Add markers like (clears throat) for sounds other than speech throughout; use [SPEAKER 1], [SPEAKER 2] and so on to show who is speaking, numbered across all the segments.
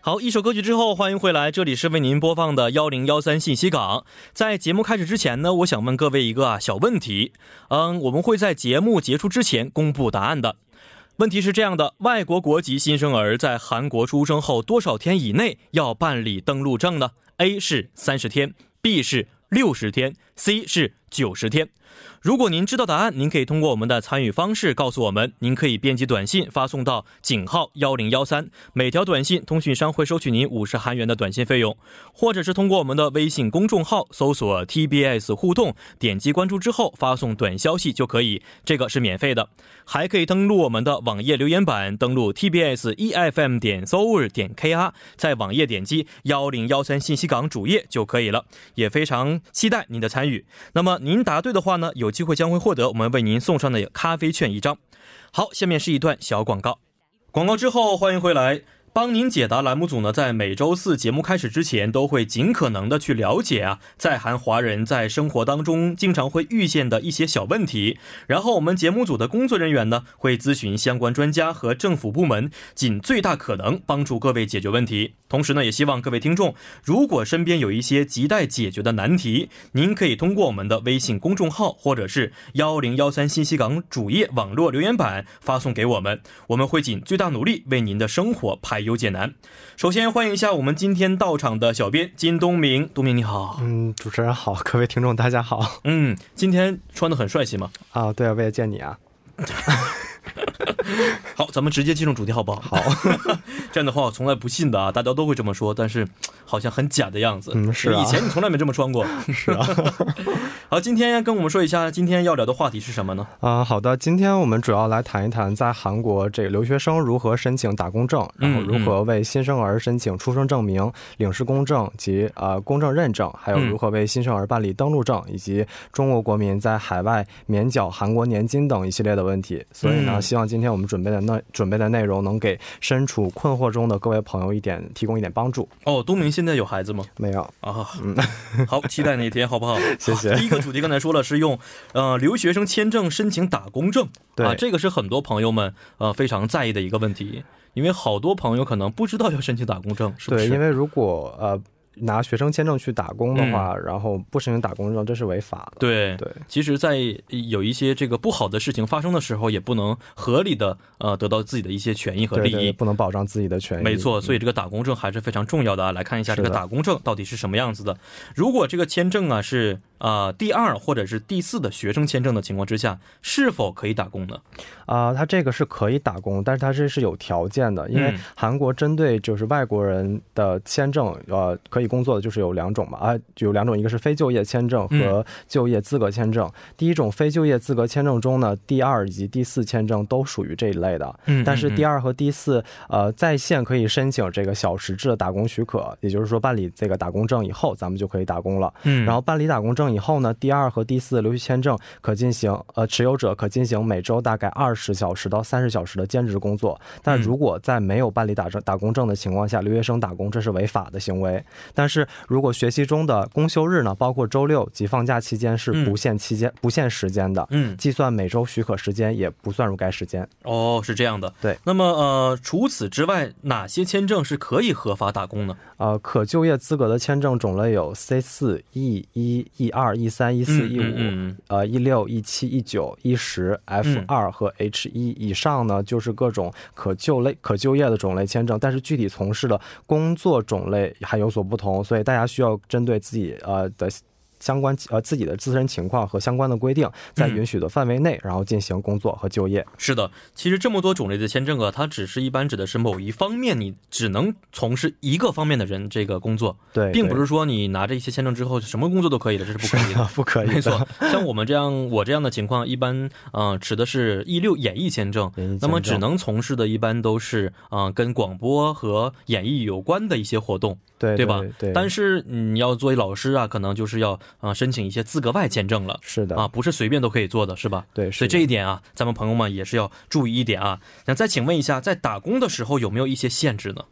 [SPEAKER 1] 好，一首歌曲之后，欢迎回来，这里是为您播放的幺零幺三信息港。在节目开始之前呢，我想问各位一个啊小问题，嗯，我们会在节目结束之前公布答案的。问题是这样的：外国国籍新生儿在韩国出生后多少天以内要办理登陆证呢？A 是三十天，B 是六十天，C 是九十天。如果您知道答案，您可以通过我们的参与方式告诉我们。您可以编辑短信发送到井号幺零幺三，每条短信通讯商会收取您五十韩元的短信费用，或者是通过我们的微信公众号搜索 TBS 互动，点击关注之后发送短消息就可以，这个是免费的。还可以登录我们的网页留言板，登录 TBS EFM 点 s o u r 点 KR，在网页点击幺零幺三信息港主页就可以了。也非常期待您的参与。那么您答对的话呢，有机会将会获得我们为您送上的咖啡券一张。好，下面是一段小广告。广告之后，欢迎回来。帮您解答栏目组呢，在每周四节目开始之前，都会尽可能的去了解啊，在韩华人在生活当中经常会遇见的一些小问题。然后我们节目组的工作人员呢，会咨询相关专家和政府部门，尽最大可能帮助各位解决问题。同时呢，也希望各位听众，如果身边有一些亟待解决的难题，您可以通过我们的微信公众号或者是幺零幺三信息港主页网络留言板发送给我们，我们会尽最大努力为您的生活排忧解难。首先欢迎一下我们今天到场的小编金东明，东明你好。
[SPEAKER 2] 嗯，主持人好， (laughs) 各位听众大家好
[SPEAKER 1] 嗯，今天穿的很帅气吗？
[SPEAKER 2] 啊！对啊，为了见你啊，
[SPEAKER 1] 好，咱们直接进入主题好不好？好， (laughs) 这样的话我从来不信的啊，大家都会这么说，但是好像很假的样子。
[SPEAKER 2] 嗯是啊
[SPEAKER 1] 以前你从来没这么穿过。
[SPEAKER 2] (laughs) 是啊，
[SPEAKER 1] 好，今天跟我们说一下，今天要聊的话题是什么呢？
[SPEAKER 2] 啊、好的，今天我们主要来谈一谈在韩国这个留学生如何申请打工证，然后
[SPEAKER 1] 嗯
[SPEAKER 2] 如何为新生儿申请出生证明、领事公证及呃公证认证，还有
[SPEAKER 1] 嗯
[SPEAKER 2] 如何为新生儿办理登录证，以及中国国民在海外免缴韩国年金等一系列的问题。所以呢，
[SPEAKER 1] 嗯
[SPEAKER 2] 希望今天我们准备的内准备的内容能给身处困惑中的各位朋友一点提供一点帮助。
[SPEAKER 1] 哦，东明现在有孩子吗？
[SPEAKER 2] 没有，
[SPEAKER 1] 啊，好，期待那一天，好不好？
[SPEAKER 2] 嗯 (laughs) 谢谢
[SPEAKER 1] 好第一个主题刚才说了是用呃留学生签证申请打工证，
[SPEAKER 2] 对
[SPEAKER 1] 啊，这个是很多朋友们呃非常在意的一个问题，因为好多朋友可能不知道要申请打工证，是不
[SPEAKER 2] 对，因
[SPEAKER 1] 是？
[SPEAKER 2] 为如果呃拿学生签证去打工的话，然后不申请打工证，这是违法的。
[SPEAKER 1] 嗯对
[SPEAKER 2] 对
[SPEAKER 1] 其实，在有一些这个不好的事情发生的时候，也不能合理的呃得到自己的一些权益和
[SPEAKER 2] 对
[SPEAKER 1] 利
[SPEAKER 2] 对，
[SPEAKER 1] 益。
[SPEAKER 2] 不能保障自己的权益。嗯
[SPEAKER 1] 没错，所以这个打工证还是非常重要的啊。来看一下这个
[SPEAKER 2] 是的
[SPEAKER 1] 打工证到底是什么样子的。如果这个签证啊是啊、呃第二或者是第四的学生签证的情况之下，是否可以打工呢？
[SPEAKER 2] 啊、他这个是可以打工，但是他这是有条件的，因为
[SPEAKER 1] 嗯
[SPEAKER 2] 韩国针对就是外国人的签证，呃，可以工作的就是有两种嘛，啊、有两种，一个是非就业签证
[SPEAKER 1] 嗯
[SPEAKER 2] 和就业资格签证。第一种非就业资格签证中呢，第二以及第四签证都属于这一类的，
[SPEAKER 1] 嗯
[SPEAKER 2] 但是第
[SPEAKER 1] 二，
[SPEAKER 2] 二和第四，呃，在线可以申请这个小时制的打工许可，也就是说办理这个打工证以后，咱们就可以打工了。
[SPEAKER 1] 嗯
[SPEAKER 2] 然后办理打工证以后呢，第二和第四留学签证可进行，呃，持有者可进行每周大概二十小时到三十小时的兼职工作。但
[SPEAKER 1] 嗯
[SPEAKER 2] 如果在没有办理打证打工证的情况下，留学生打工这是违法的行为。但是如果学习中的公休日呢，包括周六及放假期间是不限期间、不限时间的，
[SPEAKER 1] 嗯，
[SPEAKER 2] 计算每周许可时间也不算入该时间。
[SPEAKER 1] 哦，是这样的。
[SPEAKER 2] 对，
[SPEAKER 1] 那么呃，除此之外，哪些签证是可以合法打工呢？
[SPEAKER 2] 呃，可就业资格的签证种类有 C 四、E 一、E 二、E 三、E 四、
[SPEAKER 1] 嗯
[SPEAKER 2] E 五、
[SPEAKER 1] 嗯
[SPEAKER 2] 呃 E 六、E 七、E 九、E 十、F 二和 H 一。以上呢，就是各种可就类可就业的种类签证，但是具体从事的工作种类还有所不同，所以大家需要针对自己呃的。相关呃自己的自身情况和相关的规定，在
[SPEAKER 1] 嗯
[SPEAKER 2] 允许的范围内，然后进行工作和就业。
[SPEAKER 1] 是的，其实这么多种类的签证啊，它只是一般指的是某一方面，你只能从事一个方面的人这个工作，
[SPEAKER 2] 对，
[SPEAKER 1] 并不
[SPEAKER 2] 对
[SPEAKER 1] 是说你拿着一些签证之后什么工作都可以的，这是不可以的。
[SPEAKER 2] 啊，不可以的。
[SPEAKER 1] 没错，像我们这样，我这样的情况，一般，嗯、指的是一六演艺签证，
[SPEAKER 2] 演艺
[SPEAKER 1] 那么
[SPEAKER 2] 签证
[SPEAKER 1] 只能从事的一般都是，嗯、跟广播和演艺有关的一些活动，
[SPEAKER 2] 对
[SPEAKER 1] 吧？
[SPEAKER 2] 对，
[SPEAKER 1] 但
[SPEAKER 2] 是
[SPEAKER 1] 是你要作为老师啊，可能就是要，啊、申请一些资格外签证了。
[SPEAKER 2] 是的
[SPEAKER 1] 啊，，不是随便都可以做的，是吧？
[SPEAKER 2] 对，
[SPEAKER 1] 所
[SPEAKER 2] 是
[SPEAKER 1] 以这一点啊，咱们朋友们也是要注意一点啊。那再请问一下，在打工的时候有没有一些限制呢？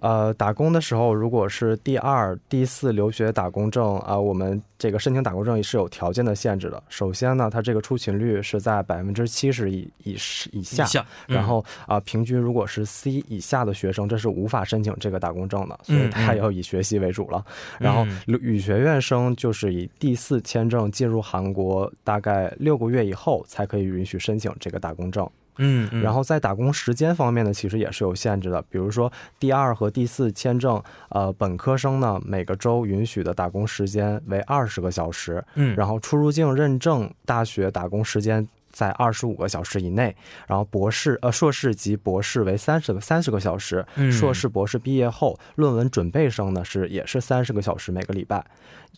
[SPEAKER 2] 呃，打工的时候如果是第二、第四留学打工证啊、呃，我们这个申请打工证是有条件的限制的。首先呢，它这个出勤率是在百分之七十以以以下，
[SPEAKER 1] 以下嗯
[SPEAKER 2] 然后啊、呃平均如果是 C 以下的学生，这是无法申请这个打工证的，所
[SPEAKER 1] 嗯
[SPEAKER 2] 以
[SPEAKER 1] 嗯
[SPEAKER 2] 它要以学习为主了。然后
[SPEAKER 1] 嗯
[SPEAKER 2] 语学院生就是以第四签证进入韩国，大概六个月以后才可以允许申请这个打工证。
[SPEAKER 1] 嗯，嗯
[SPEAKER 2] 然后在打工时间方面呢，其实也是有限制的。比如说第二和第四签证，呃，本科生呢每个州允许的打工时间为二十个小时，
[SPEAKER 1] 嗯，
[SPEAKER 2] 然后出入境认证大学打工时间在二十五个小时以内，然后博士呃硕士及博士为三十个三十个小时，
[SPEAKER 1] 嗯
[SPEAKER 2] 硕士博士毕业后论文准备生呢是也是三十个小时每个礼拜，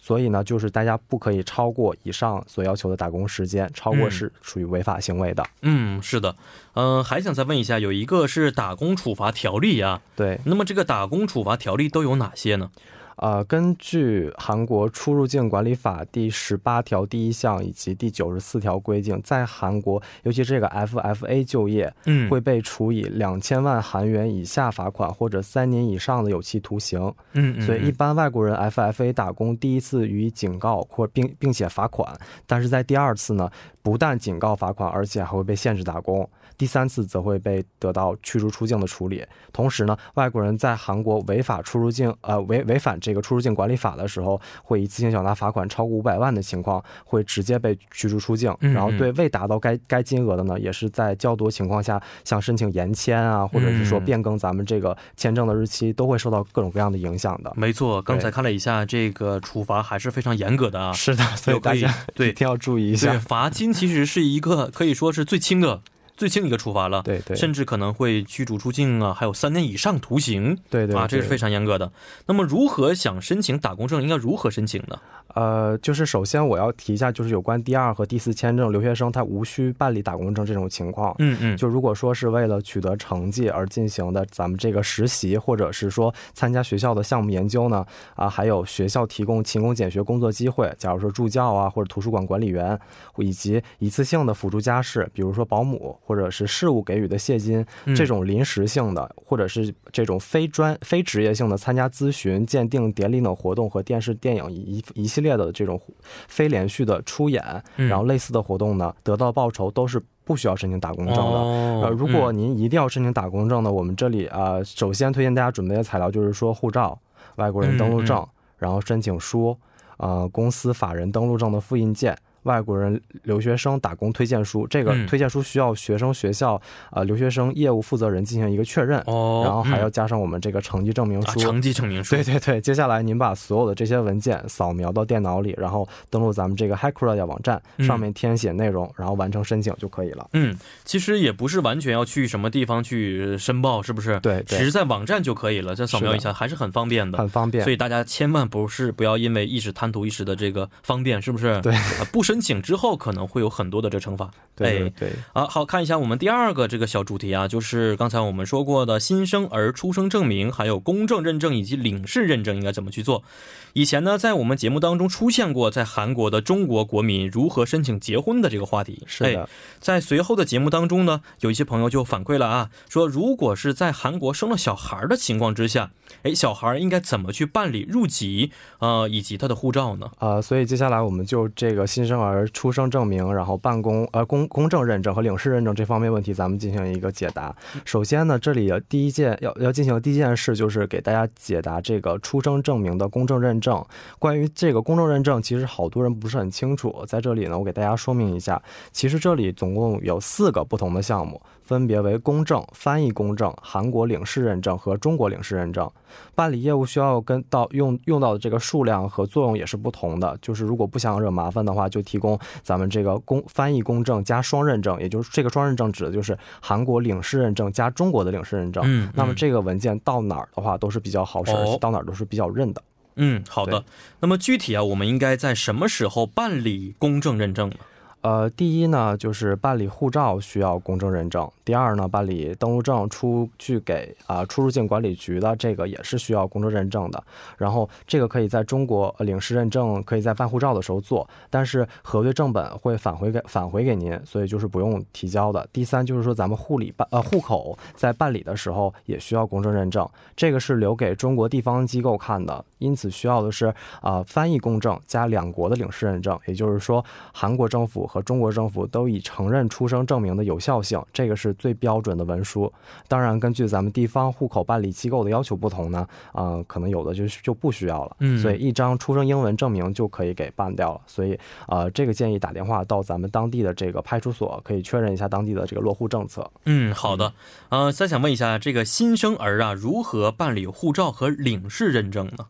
[SPEAKER 2] 所以呢就是大家不可以超过以上所要求的打工时间，超过
[SPEAKER 1] 嗯
[SPEAKER 2] 是属于违法行为的。
[SPEAKER 1] 嗯，是的，嗯、还想再问一下，有一个是打工处罚条例啊，
[SPEAKER 2] 对，
[SPEAKER 1] 那么这个打工处罚条例都有哪些呢？
[SPEAKER 2] 呃，根据韩国出入境管理法第十八条第一项以及第九十四条规定，在韩国，尤其这个 FFA 就业，
[SPEAKER 1] 嗯
[SPEAKER 2] 会被处以两千万韩元以下罚款或者三年以上的有期徒刑。
[SPEAKER 1] 嗯
[SPEAKER 2] 所以，一般外国人 FFA 打工第一次予以警告或并并且罚款，但是在第二次呢，不但警告罚款，而且还会被限制打工。第三次则会被得到驱逐出境的处理。同时呢，外国人在韩国违法出入境呃违违反这个出入境管理法的时候，会一次性缴纳罚款超过五百万的情况，会直接被驱逐出境。
[SPEAKER 1] 嗯嗯
[SPEAKER 2] 然后对未达到该该金额的呢，也是在较多情况下，像申请延签啊，或者是说
[SPEAKER 1] 嗯
[SPEAKER 2] 变更咱们这个签证的日期，都会受到各种各样的影响的。
[SPEAKER 1] 没错，刚才看了一下，这个处罚还是非常严格的啊。
[SPEAKER 2] (laughs) 是的，所以
[SPEAKER 1] 有可
[SPEAKER 2] 大
[SPEAKER 1] 以
[SPEAKER 2] 家
[SPEAKER 1] 对
[SPEAKER 2] 一定要注意一
[SPEAKER 1] 对，
[SPEAKER 2] 下。
[SPEAKER 1] 罚金其实是一个可以说是最轻的、最轻的一个处罚了，
[SPEAKER 2] 对对
[SPEAKER 1] 甚至可能会驱逐出境啊，还有三年以上徒刑
[SPEAKER 2] 对对
[SPEAKER 1] 啊，这是非常严格的。那么，如何想申请打工证，应该如何申请呢？
[SPEAKER 2] 呃，就是首先我要提一下，就是有关第二和第四签证留学生他无需办理打工证这种情况。
[SPEAKER 1] 嗯嗯，
[SPEAKER 2] 就如果说是为了取得成绩而进行的咱们这个实习，或者是说参加学校的项目研究呢，啊，还有学校提供勤工俭学工作机会，假如说助教啊或者图书馆管理员，以及一次性的辅助家事，比如说保姆或者是事务给予的现金，
[SPEAKER 1] 嗯
[SPEAKER 2] 这种临时性的或者是这种非专非职业性的参加咨询、鉴定、典礼等活动和电视、电影一一一系列的这种非连续的出演，
[SPEAKER 1] 嗯
[SPEAKER 2] 然后类似的活动呢，得到报酬都是不需要申请打工证的。
[SPEAKER 1] 哦
[SPEAKER 2] 呃，如果您一定要申请打工证呢，我们这里啊、呃首先推荐大家准备的材料就是说护照、外国人登
[SPEAKER 1] 嗯
[SPEAKER 2] 录证，然后申请书，呃，公司法人登录证的复印件。外国人留学生打工推荐书，这个
[SPEAKER 1] 嗯
[SPEAKER 2] 推荐书需要学生学校呃留学生业务负责人进行一个确认，
[SPEAKER 1] 嗯哦，
[SPEAKER 2] 然后还要
[SPEAKER 1] 嗯
[SPEAKER 2] 加上我们这个成绩证明
[SPEAKER 1] 啊，
[SPEAKER 2] 书。
[SPEAKER 1] 成绩证明书，
[SPEAKER 2] 对对对，接下来您把所有的这些文件扫描到电脑里，然后登录咱们这个 Hackra 的网站，
[SPEAKER 1] 嗯
[SPEAKER 2] 上面填写内容，然后完成申请就可以了。
[SPEAKER 1] 嗯，其实也不是完全要去什么地方去申报，是不是？
[SPEAKER 2] 对
[SPEAKER 1] 只
[SPEAKER 2] 对
[SPEAKER 1] 是在网站就可以了，再扫描一下，还是很方便的。
[SPEAKER 2] 很方便
[SPEAKER 1] 所。以大家千万不是不要因为一时贪图一时的这个方便，是不是？
[SPEAKER 2] 对
[SPEAKER 1] 啊不申请之后可能会有很多的这惩罚。
[SPEAKER 2] 对对
[SPEAKER 1] 哎
[SPEAKER 2] 对。
[SPEAKER 1] 啊，好看一下我们第二个这个小主题啊，就是刚才我们说过的新生儿出生证明，还有公证认证以及领事认证应该怎么去做。以前呢，在我们节目当中出现过在韩国的中国国民如何申请结婚的这个话题。哎
[SPEAKER 2] 是的，
[SPEAKER 1] 在随后的节目当中呢，有一些朋友就反馈了啊，说如果是在韩国生了小孩的情况之下，哎，小孩应该怎么去办理入籍，呃，以及他的护照呢？
[SPEAKER 2] 呃，所以接下来我们就这个新生儿出生证明，然后办公呃公公证认证和领事认证这方面问题，咱们进行一个解答。首先呢，这里第一件要要进行的第一件事就是给大家解答这个出生证明的公证认证。关于这个公证认证，其实好多人不是很清楚，在这里呢，我给大家说明一下。其实这里总共有四个不同的项目，分别为公证、翻译公证、韩国领事认证和中国领事认证。办理业务需要跟到用用到的这个数量和作用也是不同的。就是如果不想惹麻烦的话，就提供咱们这个公翻译公证加双认证，也就是这个双认证指的就是韩国领事认证加中国的领事认证。
[SPEAKER 1] 嗯
[SPEAKER 2] 那么这个文件到哪儿的话都是比较好使，
[SPEAKER 1] 哦
[SPEAKER 2] 而且到哪儿都是比较认的。
[SPEAKER 1] 嗯，好的。那么具体啊，我们应该在什么时候办理公证认证呢？
[SPEAKER 2] 呃，第一呢，就是办理护照需要公证认证；第二呢，办理登录证出具给啊、出入境管理局的这个也是需要公证认证的。然后这个可以在中国呃领事认证，可以在办护照的时候做，但是核对正本会返回给返回给您，所以就是不用提交的。第三就是说，咱们护理办呃户口在办理的时候也需要公证认证，这个是留给中国地方机构看的，因此需要的是啊、翻译公证加两国的领事认证，也就是说韩国政府和中国政府都已承认出生证明的有效性，这个是最标准的文书。当然，根据咱们地方户口办理机构的要求不同呢，啊、可能有的就就不需要了。
[SPEAKER 1] 嗯
[SPEAKER 2] 所以一张出生英文证明就可以给办掉了。所以，呃，这个建议打电话到咱们当地的这个派出所，可以确认一下当地的这个落户政策。
[SPEAKER 1] 嗯，好的。呃，再想问一下，这个新生儿啊，如何办理护照和领事认证呢？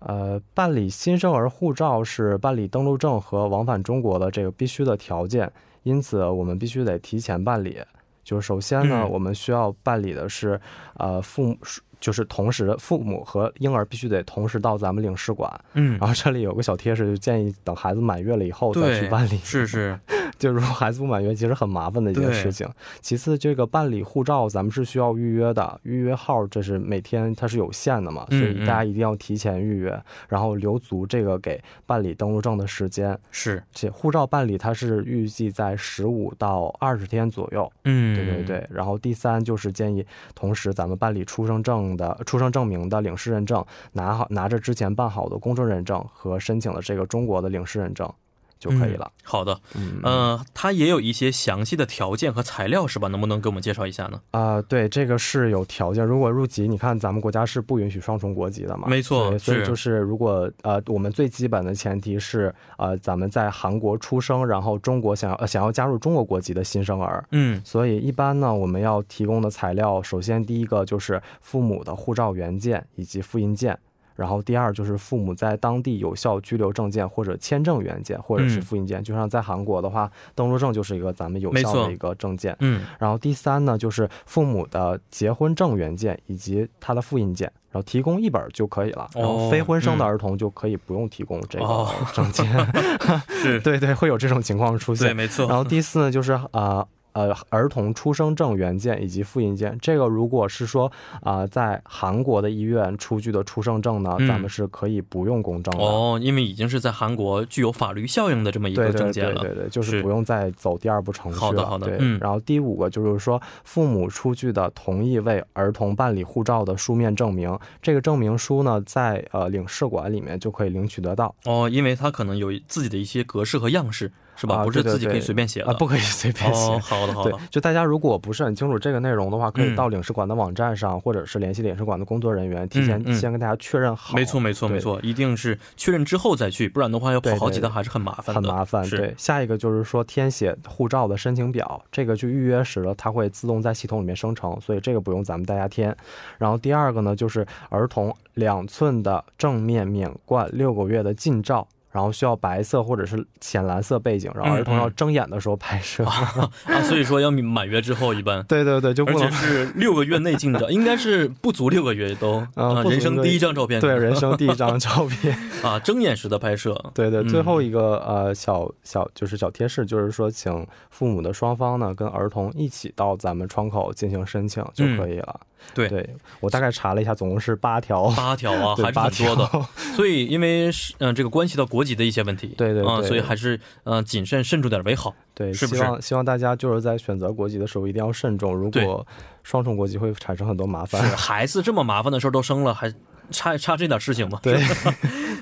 [SPEAKER 2] 呃，办理新生儿护照是办理登陆证和往返中国的这个必须的条件，因此我们必须得提前办理。就是首先呢，
[SPEAKER 1] 嗯
[SPEAKER 2] 我们需要办理的是，呃，父母就是同时父母和婴儿必须得同时到咱们领事馆。
[SPEAKER 1] 嗯，
[SPEAKER 2] 然后这里有个小贴士，就建议等孩子满月了以后再去
[SPEAKER 1] 对
[SPEAKER 2] 办理。，
[SPEAKER 1] 是是，
[SPEAKER 2] 就如果孩子不满月，其实很麻烦的一件
[SPEAKER 1] 对
[SPEAKER 2] 事情。其次，这个办理护照咱们是需要预约的，预约号这是每天它是有限的嘛，所
[SPEAKER 1] 嗯
[SPEAKER 2] 以大家一定要提前预约，然后留足这个给办理登录证的时间。
[SPEAKER 1] 是，
[SPEAKER 2] 且护照办理它是预计在十五到二十天左右。
[SPEAKER 1] 嗯，
[SPEAKER 2] 对对，对，然后第三就是建议，同时咱们办理出生证的出生证明的领事认证，拿好拿着之前办好的公证认证和申请的这个中国的领事认证就可以了。
[SPEAKER 1] 好的。
[SPEAKER 2] 嗯
[SPEAKER 1] 呃，它也有一些详细的条件和材料是吧？能不能给我们介绍一下呢？
[SPEAKER 2] 啊、对，这个是有条件。如果入籍，你看咱们国家是不允许双重国籍的嘛？
[SPEAKER 1] 没错
[SPEAKER 2] 对啊所以
[SPEAKER 1] 是
[SPEAKER 2] 就是如果呃，我们最基本的前提是呃，咱们在韩国出生，然后中国想要、呃、想要加入中国国籍的新生儿。
[SPEAKER 1] 嗯
[SPEAKER 2] 所以一般呢，我们要提供的材料，首先第一个就是父母的护照原件以及复印件。然后第二就是父母在当地有效居留证件或者签证原件或者是
[SPEAKER 1] 嗯
[SPEAKER 2] 复印件，就像在韩国的话，登陆证就是一个咱们有
[SPEAKER 1] 没
[SPEAKER 2] 效
[SPEAKER 1] 错
[SPEAKER 2] 的一个证件。
[SPEAKER 1] 嗯，
[SPEAKER 2] 然后第三呢，就是父母的结婚证原件以及他的复印件，然后提供一本儿就可以了。然后非婚生的儿童就可以不用提供这个
[SPEAKER 1] 嗯哦
[SPEAKER 2] 证件。
[SPEAKER 1] (laughs) 是
[SPEAKER 2] 对对，会有这种情况出
[SPEAKER 1] 对，
[SPEAKER 2] 现。
[SPEAKER 1] 没
[SPEAKER 2] 然
[SPEAKER 1] 错。
[SPEAKER 2] 后第四呢，就是呃。呃，儿童出生证原件以及复印件，这个如果是说啊、呃在韩国的医院出具的出生证呢，
[SPEAKER 1] 嗯
[SPEAKER 2] 咱们是可以不用公证的。
[SPEAKER 1] 哦，因为已经是在韩国具有法律效应的这么一
[SPEAKER 2] 对
[SPEAKER 1] 个
[SPEAKER 2] 对
[SPEAKER 1] 证件了。
[SPEAKER 2] 对对对，就是是不用再走第二步程序了。
[SPEAKER 1] 好的好的
[SPEAKER 2] 对，
[SPEAKER 1] 嗯
[SPEAKER 2] 然后第五个就是说，父母出具的同意为儿童办理护照的书面证明，这个证明书呢，在呃领事馆里面就可以领取得到。
[SPEAKER 1] 哦，因为它可能有自己的一些格式和样式，是吧？
[SPEAKER 2] 啊
[SPEAKER 1] 不是
[SPEAKER 2] 对对
[SPEAKER 1] 自己可以
[SPEAKER 2] 对
[SPEAKER 1] 随便写的。
[SPEAKER 2] (laughs) 啊，不可以随便写。
[SPEAKER 1] 哦，好的好
[SPEAKER 2] 对
[SPEAKER 1] 的。，
[SPEAKER 2] 就大家如果不是很清楚这个内容的话，可以
[SPEAKER 1] 嗯
[SPEAKER 2] 到领事馆的网站上，或者是联系领事馆的工作人员，提前
[SPEAKER 1] 嗯嗯
[SPEAKER 2] 先跟大家确认好。
[SPEAKER 1] 没错，没错，
[SPEAKER 2] 对
[SPEAKER 1] 没错，一定是确认之后再去，不然的话要跑
[SPEAKER 2] 对
[SPEAKER 1] 好几
[SPEAKER 2] 对
[SPEAKER 1] 趟，还是很麻烦的。
[SPEAKER 2] 很麻烦。
[SPEAKER 1] 是
[SPEAKER 2] 对，下一个就是说填写护照的申请表，这个去预约时了，它会自动在系统里面生成，所以这个不用咱们大家填。然后第二个呢，就是儿童两寸的正面免冠六个月的近照。然后需要白色或者是浅蓝色背景，然后儿童
[SPEAKER 1] 嗯嗯
[SPEAKER 2] 要睁眼的时候拍
[SPEAKER 1] (laughs)
[SPEAKER 2] 摄。，
[SPEAKER 1] 啊，所以说要满月之后一般
[SPEAKER 2] 对对对，就
[SPEAKER 1] 而
[SPEAKER 2] (laughs) 不
[SPEAKER 1] 且
[SPEAKER 2] 能 (laughs)
[SPEAKER 1] 是六个月内进的，应该是不足六个月都啊、
[SPEAKER 2] 呃不足
[SPEAKER 1] 人生第一张照片，
[SPEAKER 2] 对人生第一张照片。
[SPEAKER 1] 啊，睁眼时的拍摄，
[SPEAKER 2] 对对，
[SPEAKER 1] 嗯
[SPEAKER 2] 最后一个、呃小小就是小贴士，就是说请父母的双方呢跟儿童一起到咱们窗口进行申请就可以了。
[SPEAKER 1] 嗯对
[SPEAKER 2] 对我大概查了一下，总共是八条。
[SPEAKER 1] 八条啊，
[SPEAKER 2] (laughs) 对
[SPEAKER 1] 还是
[SPEAKER 2] 八
[SPEAKER 1] 很多的。
[SPEAKER 2] 条
[SPEAKER 1] 所以因为是嗯、这个关系到国籍的一些问题，
[SPEAKER 2] 对对
[SPEAKER 1] 啊、
[SPEAKER 2] 对
[SPEAKER 1] 所以还是嗯、呃谨慎慎重点为好。
[SPEAKER 2] 对，
[SPEAKER 1] 是不
[SPEAKER 2] 希
[SPEAKER 1] 是
[SPEAKER 2] 望希望大家就是在选择国籍的时候一定要慎重，如
[SPEAKER 1] 对
[SPEAKER 2] 果双重国籍会产生很多麻烦。
[SPEAKER 1] 孩子这么麻烦的事儿都生了，还差差这点事情吗？
[SPEAKER 2] 对，
[SPEAKER 1] (laughs)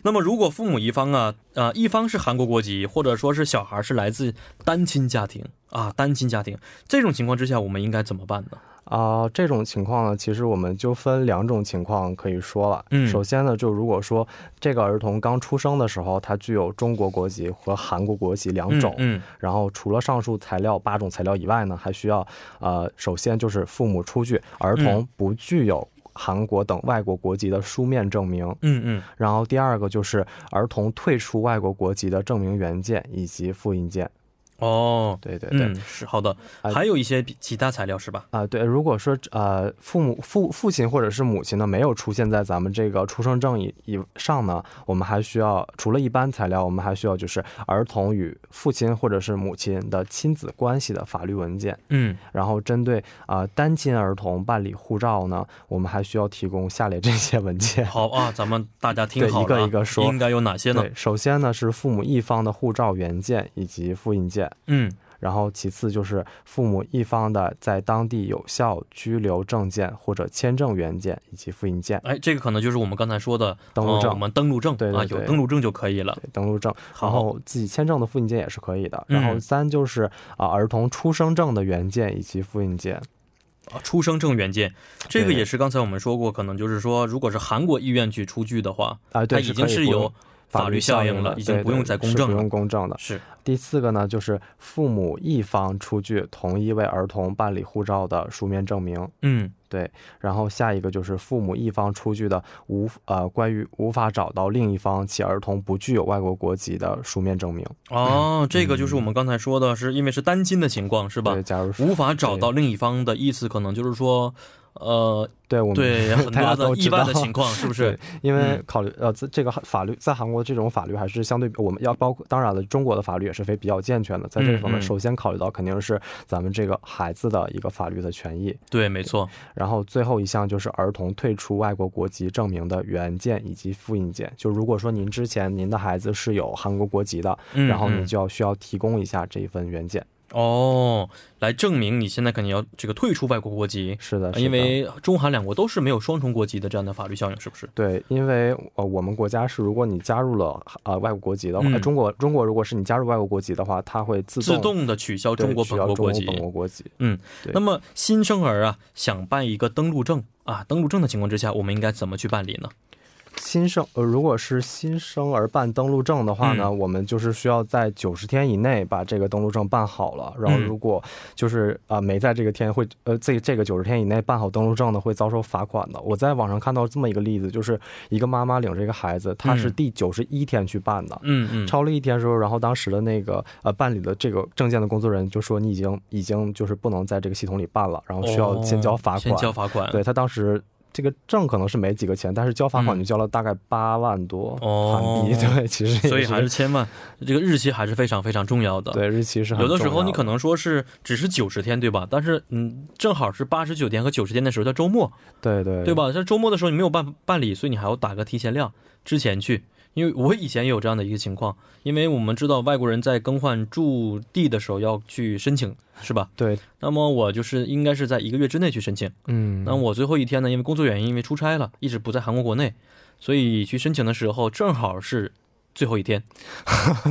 [SPEAKER 1] 那么如果父母一方啊，呃，一方是韩国国籍，或者说是小孩是来自单亲家庭啊，单亲家庭这种情况之下，我们应该怎么办呢？
[SPEAKER 2] 啊、这种情况呢，其实我们就分两种情况可以说了。
[SPEAKER 1] 嗯
[SPEAKER 2] 首先呢，就如果说这个儿童刚出生的时候，他具有中国国籍和韩国国籍两种，
[SPEAKER 1] 嗯，嗯
[SPEAKER 2] 然后除了上述材料八种材料以外呢，还需要呃，首先就是父母出具儿童不具有韩国等外国国籍的书面证明，
[SPEAKER 1] 嗯嗯，
[SPEAKER 2] 然后第二个就是儿童退出外国国籍的证明原件以及复印件。
[SPEAKER 1] 哦，
[SPEAKER 2] 对对对，
[SPEAKER 1] 嗯，是好的，
[SPEAKER 2] 啊
[SPEAKER 1] 还有一些比其他材料是吧？
[SPEAKER 2] 啊，对，如果说呃父母父父亲或者是母亲呢没有出现在咱们这个出生证以以上呢，我们还需要除了一般材料，我们还需要就是儿童与父亲或者是母亲的亲子关系的法律文件。
[SPEAKER 1] 嗯，
[SPEAKER 2] 然后针对啊、呃单亲儿童办理护照呢，我们还需要提供下列这些文件。
[SPEAKER 1] 好啊，咱们大家听
[SPEAKER 2] 对
[SPEAKER 1] 好了啊，
[SPEAKER 2] 一个一个说
[SPEAKER 1] 应该有哪些呢？
[SPEAKER 2] 对，首先呢是父母一方的护照原件以及复印件，
[SPEAKER 1] 嗯，
[SPEAKER 2] 然后其次就是父母一方的在当地有效居留证件或者签证原件以及复印件、
[SPEAKER 1] 哎，这个可能就是我们刚才说的
[SPEAKER 2] 登录
[SPEAKER 1] 呃
[SPEAKER 2] 证
[SPEAKER 1] 我们登录证
[SPEAKER 2] 对对
[SPEAKER 1] 啊，有
[SPEAKER 2] 对
[SPEAKER 1] 登录证就可以了。
[SPEAKER 2] 对登录证，
[SPEAKER 1] 好
[SPEAKER 2] 然后自己签证的复印件也是可以的。
[SPEAKER 1] 嗯
[SPEAKER 2] 然后三就是啊、儿童出生证的原件以及复印件。
[SPEAKER 1] 啊，出生证原件，这个
[SPEAKER 2] 对
[SPEAKER 1] 也是刚才我们说过，可能就是说，如果是韩国医院去出具的话，
[SPEAKER 2] 啊、对，
[SPEAKER 1] 它已
[SPEAKER 2] 是
[SPEAKER 1] 经
[SPEAKER 2] 可以
[SPEAKER 1] 是
[SPEAKER 2] 不用
[SPEAKER 1] 有法
[SPEAKER 2] 法
[SPEAKER 1] 律
[SPEAKER 2] 律
[SPEAKER 1] 效
[SPEAKER 2] 效
[SPEAKER 1] 应了
[SPEAKER 2] 了，
[SPEAKER 1] 已经
[SPEAKER 2] 对
[SPEAKER 1] 不用
[SPEAKER 2] 对
[SPEAKER 1] 再公
[SPEAKER 2] 是
[SPEAKER 1] 证
[SPEAKER 2] 不
[SPEAKER 1] 了
[SPEAKER 2] 用公证的。
[SPEAKER 1] 是
[SPEAKER 2] 第四个呢，就是父母一方出具同意为儿童办理护照的书面证明。
[SPEAKER 1] 嗯
[SPEAKER 2] 对，然后下一个就是父母一方出具的无呃关于无法找到另一方其儿童不具有外国国籍的书面证明，
[SPEAKER 1] 哦，这个就是我们刚才说的是，因为是单亲的情况是吧
[SPEAKER 2] 对，？假如说
[SPEAKER 1] 无法找到另一方的意思，可能就是说，呃，
[SPEAKER 2] 对
[SPEAKER 1] (laughs)
[SPEAKER 2] 我们
[SPEAKER 1] 对很多
[SPEAKER 2] 大家都
[SPEAKER 1] 的
[SPEAKER 2] 知
[SPEAKER 1] 意
[SPEAKER 2] 道
[SPEAKER 1] 外的情况，是不是？
[SPEAKER 2] 对因为
[SPEAKER 1] 嗯
[SPEAKER 2] 考虑呃，这这个法律在韩国这种法律还是相对我们要包括，当然了，中国的法律也是非比较健全的，在这方
[SPEAKER 1] 嗯嗯
[SPEAKER 2] 面，首先考虑到肯定是咱们这个孩子的一个法律的权益，
[SPEAKER 1] 对，没错。
[SPEAKER 2] 然后最后一项就是儿童退出外国国籍证明的原件以及复印件。就如果说您之前您的孩子是有韩国国籍的，
[SPEAKER 1] 嗯，
[SPEAKER 2] 然后
[SPEAKER 1] 嗯
[SPEAKER 2] 你就要需要提供一下这一份原件。
[SPEAKER 1] 哦，来证明你现在肯定要这个退出外国国籍，
[SPEAKER 2] 是的，是
[SPEAKER 1] 啊
[SPEAKER 2] 的
[SPEAKER 1] 因为中韩两国都是没有双重国籍的这样的法律效应，是不是？
[SPEAKER 2] 对，因为呃，我们国家是，如果你加入了呃外国国籍的话，
[SPEAKER 1] 嗯
[SPEAKER 2] 呃中国中国如果是你加入外国国籍的话，它会自动
[SPEAKER 1] 自动的取消
[SPEAKER 2] 对
[SPEAKER 1] 中国
[SPEAKER 2] 取
[SPEAKER 1] 本
[SPEAKER 2] 消
[SPEAKER 1] 国国
[SPEAKER 2] 中国
[SPEAKER 1] 籍。
[SPEAKER 2] 本国国籍。对
[SPEAKER 1] 那么新生儿啊，想办一个登录证啊，登录证的情况之下，我们应该怎么去办理呢？
[SPEAKER 2] 新生呃，如果是新生儿办登录证的话呢，
[SPEAKER 1] 嗯
[SPEAKER 2] 我们就是需要在九十天以内把这个登录证办好了。然后
[SPEAKER 1] 嗯
[SPEAKER 2] 如果就是啊、呃没在这个天会呃这这个九十天以内办好登录证的，会遭受罚款的。我在网上看到这么一个例子，就是一个妈妈领着一个孩子，她是
[SPEAKER 1] 嗯
[SPEAKER 2] 第九十一天去办的。
[SPEAKER 1] 嗯嗯，
[SPEAKER 2] 超了一天之后，然后当时的那个呃办理的这个证件的工作人员就说你已经已经就是不能在这个系统里办了，然后需要先交罚
[SPEAKER 1] 哦
[SPEAKER 2] 款。
[SPEAKER 1] 先交罚款。
[SPEAKER 2] 对他当时这个证可能是没几个钱，但是交罚
[SPEAKER 1] 嗯
[SPEAKER 2] 款就交了大概八万多
[SPEAKER 1] 哦
[SPEAKER 2] 韩
[SPEAKER 1] (laughs)
[SPEAKER 2] 币。对，其实也
[SPEAKER 1] 所以还是
[SPEAKER 2] 是
[SPEAKER 1] 千万，这个日期还是非常非常重要的。，
[SPEAKER 2] 对日期是很
[SPEAKER 1] 有的时候
[SPEAKER 2] 重要
[SPEAKER 1] 你可能说是只是九十天，对吧？但是嗯，正好是八十九天和九十天的时候叫周末，
[SPEAKER 2] 对对
[SPEAKER 1] 对？吧？像周末的时候你没有办办理，所以你还要打个提前量，之前去。因为我以前也有这样的一个情况，因为我们知道外国人在更换驻地的时候要去申请，是吧？
[SPEAKER 2] 对，
[SPEAKER 1] 那么我就是应该是在一个月之内去申请。
[SPEAKER 2] 嗯，
[SPEAKER 1] 那我最后一天呢，因为工作原因，因为出差了，一直不在韩国国内，所以去申请的时候正好是最后一天，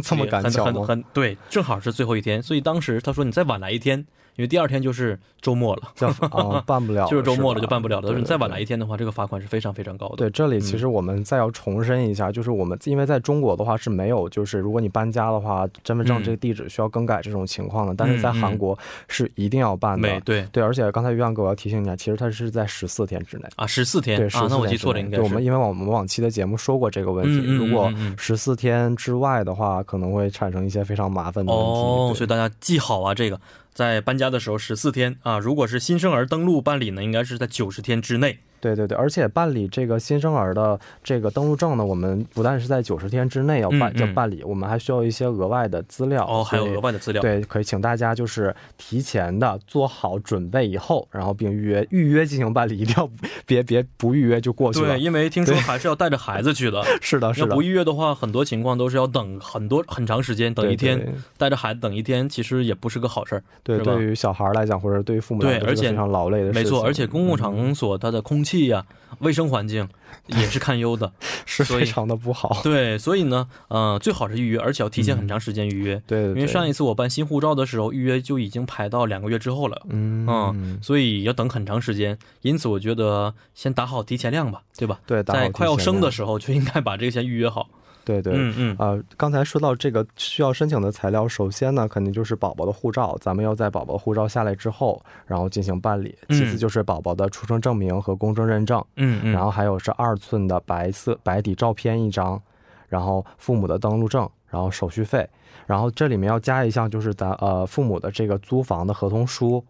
[SPEAKER 2] 这么赶
[SPEAKER 1] 很
[SPEAKER 2] 巧
[SPEAKER 1] 很
[SPEAKER 2] 吗？
[SPEAKER 1] 很对，正好是最后一天，所以当时他说你再晚来一天，因为第二天就是周末了，
[SPEAKER 2] 叫啊，办不了，
[SPEAKER 1] (laughs) 就是周末了
[SPEAKER 2] 吧
[SPEAKER 1] 就办不了了。
[SPEAKER 2] 对
[SPEAKER 1] 但是你再
[SPEAKER 2] 对
[SPEAKER 1] 晚
[SPEAKER 2] 对
[SPEAKER 1] 来一嗯天的话，这个罚款是非常非常高的。
[SPEAKER 2] 对，这里其实我们再要重申一下，就是我们因为在中国的话是没有，就是如果你搬家的话，身份证
[SPEAKER 1] 嗯
[SPEAKER 2] 这个地址需要更改这种情况的，但是在
[SPEAKER 1] 嗯嗯
[SPEAKER 2] 韩国是一定要办的。
[SPEAKER 1] 每对
[SPEAKER 2] 对，而且刚才于亮哥我要提醒一下，其实它是在十四天之内。
[SPEAKER 1] 啊，十四天
[SPEAKER 2] 对，
[SPEAKER 1] 啊
[SPEAKER 2] 14，
[SPEAKER 1] 那我
[SPEAKER 2] 天
[SPEAKER 1] 记
[SPEAKER 2] 之
[SPEAKER 1] 错了，
[SPEAKER 2] 内
[SPEAKER 1] 应该
[SPEAKER 2] 对
[SPEAKER 1] 是
[SPEAKER 2] 我们，因为我们往期的节目说过这个问题，
[SPEAKER 1] 嗯嗯嗯
[SPEAKER 2] 如果
[SPEAKER 1] 嗯嗯
[SPEAKER 2] 十四天之外的话，可能会产生一些非常麻烦的问题。
[SPEAKER 1] 哦，
[SPEAKER 2] 对
[SPEAKER 1] 所以大家记好啊，这个在搬家的时候十四天啊，如果是新生儿登录办理呢，应该是在九十天之内。
[SPEAKER 2] 对对对，而且办理这个新生儿的这个登录证呢，我们不但是在九十天之内要办、
[SPEAKER 1] 嗯嗯
[SPEAKER 2] 要办理，我们还需要一些额外的资料。
[SPEAKER 1] 哦，还有
[SPEAKER 2] 所以
[SPEAKER 1] 额外的资料。
[SPEAKER 2] 对，可以请大家就是提前的做好准备以后，然后并预约预约进行办理，一定要不别别不预约就过去了
[SPEAKER 1] 对，。因为听说还是要带着孩子去的。
[SPEAKER 2] (laughs) 是 (laughs) 的，是
[SPEAKER 1] 要
[SPEAKER 2] 的
[SPEAKER 1] 不，预约的话，很多情况都是要等很多很长时间，等一天，
[SPEAKER 2] 对对
[SPEAKER 1] 带着孩子等一天，其实也不是个好事儿。
[SPEAKER 2] 对，
[SPEAKER 1] 是吧
[SPEAKER 2] 对于小孩儿来讲，或者对于父母
[SPEAKER 1] 对
[SPEAKER 2] 来讲，这
[SPEAKER 1] 而
[SPEAKER 2] 是嗯
[SPEAKER 1] 且
[SPEAKER 2] 非常劳累的事情。
[SPEAKER 1] 没错，而且公共场所它的空气呀、卫生环境也是堪忧
[SPEAKER 2] (laughs)
[SPEAKER 1] 的。
[SPEAKER 2] 是
[SPEAKER 1] 所以
[SPEAKER 2] 非常的
[SPEAKER 1] (laughs)
[SPEAKER 2] 不好。
[SPEAKER 1] 对，所以呢，呃，最好是预约，而且要提前很长时间预约。
[SPEAKER 2] 嗯对对
[SPEAKER 1] 因
[SPEAKER 2] 对，
[SPEAKER 1] 为上一次我办新护照的时候，预约就已经排到两个月之后了，
[SPEAKER 2] 嗯
[SPEAKER 1] 嗯所以要等很长时间。因此，我觉得先打好提前量吧，对吧？
[SPEAKER 2] 对，打好
[SPEAKER 1] 在快要
[SPEAKER 2] 提前
[SPEAKER 1] 生的
[SPEAKER 2] 量
[SPEAKER 1] 时候就应该把这个先预约好。
[SPEAKER 2] 对对。
[SPEAKER 1] 嗯嗯，
[SPEAKER 2] 呃，刚才说到这个需要申请的材料，首先呢，肯定就是宝宝的护照，咱们要在宝宝护照下来之后，然后进行办理。其次
[SPEAKER 1] 嗯
[SPEAKER 2] 就是宝宝的出生证明和公证认证，
[SPEAKER 1] 嗯嗯，
[SPEAKER 2] 然后还有是二寸的白色白底照片一张，然后父母的登录证，然后手续费，然后这里面要加一项就是咱呃父母的这个租房的合同书，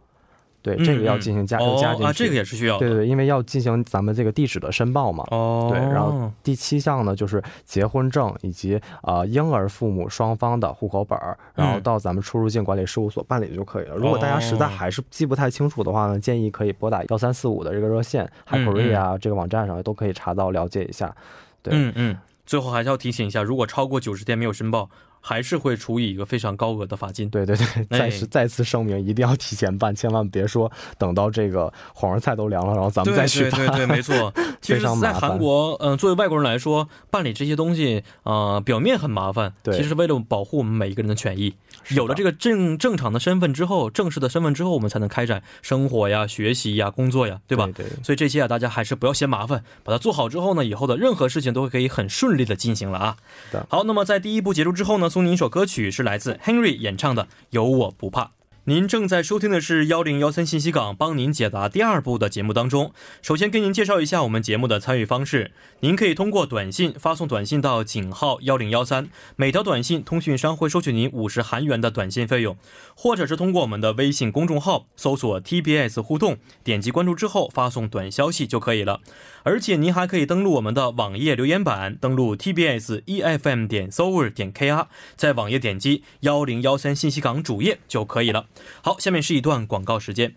[SPEAKER 2] 对，这个要进行加、
[SPEAKER 1] 嗯嗯
[SPEAKER 2] 要加
[SPEAKER 1] 哦
[SPEAKER 2] 进去、
[SPEAKER 1] 啊，这个也是需要的
[SPEAKER 2] 对对对，因为要进行咱们这个地址的申报嘛。
[SPEAKER 1] 哦，
[SPEAKER 2] 对，然后第七项呢，就是结婚证以及呃婴儿父母双方的户口本儿，然后
[SPEAKER 1] 嗯
[SPEAKER 2] 到咱们出入境管理事务所办理就可以了。如果大家实在
[SPEAKER 1] 哦
[SPEAKER 2] 还是记不太清楚的话呢，建议可以拨打幺三四五的这个热线，Hi
[SPEAKER 1] 嗯
[SPEAKER 2] Korea 啊这个网站上都可以查到了解一下。对
[SPEAKER 1] 嗯嗯，最后还是要提醒一下，如果超过九十天没有申报，还是会处以一个非常高额的罚金。
[SPEAKER 2] 对对
[SPEAKER 1] (laughs)
[SPEAKER 2] 对，
[SPEAKER 1] 哎
[SPEAKER 2] 再次再次声明，一定要提前办，千万别说等到这个黄花菜都凉了，然后咱们再去
[SPEAKER 1] 对
[SPEAKER 2] 办。
[SPEAKER 1] 对对对，没
[SPEAKER 2] (laughs)
[SPEAKER 1] 错。其实
[SPEAKER 2] 非常，麻
[SPEAKER 1] 在
[SPEAKER 2] 烦
[SPEAKER 1] 韩国，嗯、作为外国人来说，办理这些东西，呃，表面很麻烦，
[SPEAKER 2] 对
[SPEAKER 1] 其实为了保护我们每一个人的权益，
[SPEAKER 2] 是的
[SPEAKER 1] 有了这个正正常的身份之后，正式的身份之后，我们才能开展生活呀、学习呀、工作呀，对吧？
[SPEAKER 2] 对
[SPEAKER 1] 所以这些啊，大家还是不要嫌麻烦，把它做好之后呢，以后的任何事情都会可以很顺利的进行了啊
[SPEAKER 2] 是的。
[SPEAKER 1] 好，那么在第一部结束之后呢，送您一首歌曲，是来自 Henry 演唱的《有我不怕》。您正在收听的是幺零幺三信息港帮您解答第二部的节目当中。首先跟您介绍一下我们节目的参与方式，您可以通过短信发送短信到井号幺零幺三，每条短信通讯商会收取您五十韩元的短信费用，或者是通过我们的微信公众号搜索 TBS 互动，点击关注之后发送短消息就可以了。而且您还可以登录我们的网页留言板，登录 TBS EFM E 点 s o u r 点 KR，在网页点击幺零幺三信息港主页就可以了。好，下面是一段广告时间。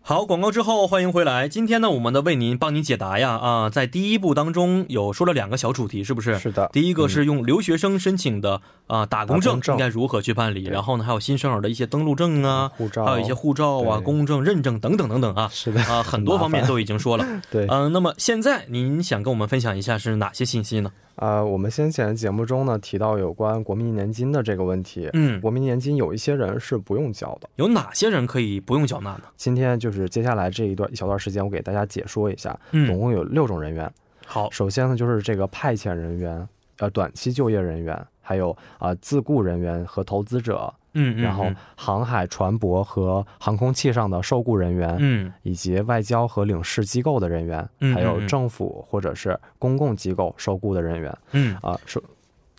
[SPEAKER 1] 好，广告之后欢迎回来。今天呢，我们的为您帮您解答呀啊、在第一步当中有说了两个小主题，是不是？
[SPEAKER 2] 是的嗯
[SPEAKER 1] 第一个是用留学生申请的啊、打工
[SPEAKER 2] 打
[SPEAKER 1] 证
[SPEAKER 2] 工证
[SPEAKER 1] 应该如何去办理，
[SPEAKER 2] 对
[SPEAKER 1] 然后呢，还有新生儿的一些登录证啊，
[SPEAKER 2] 护照
[SPEAKER 1] 还有一些护照啊、
[SPEAKER 2] 对
[SPEAKER 1] 公证、认证等等等等
[SPEAKER 2] (laughs)
[SPEAKER 1] 啊。
[SPEAKER 2] 是的
[SPEAKER 1] 啊，很多方面都已经说了。
[SPEAKER 2] 对
[SPEAKER 1] 嗯、那么现在您想跟我们分享一下是哪些信息呢？
[SPEAKER 2] 呃，我们先前节目中呢提到有关国民年金的这个问题，
[SPEAKER 1] 嗯，
[SPEAKER 2] 国民年金有一些人是不用交的。
[SPEAKER 1] 有哪些人可以不用缴纳呢？
[SPEAKER 2] 今天就是接下来这一段一小段时间，我给大家解说一下，总
[SPEAKER 1] 嗯，
[SPEAKER 2] 共有六种人员。
[SPEAKER 1] 好，
[SPEAKER 2] 首先呢，就是这个派遣人员，呃，短期就业人员，还有啊、呃自雇人员和投资者，
[SPEAKER 1] 嗯，嗯
[SPEAKER 2] 然后航海、船舶和航空器上的受雇人员，
[SPEAKER 1] 嗯
[SPEAKER 2] 以及外交和领事机构的人员，
[SPEAKER 1] 嗯
[SPEAKER 2] 还有
[SPEAKER 1] 嗯嗯
[SPEAKER 2] 政府或者是公共机构受雇的人员
[SPEAKER 1] 嗯，
[SPEAKER 2] 啊，是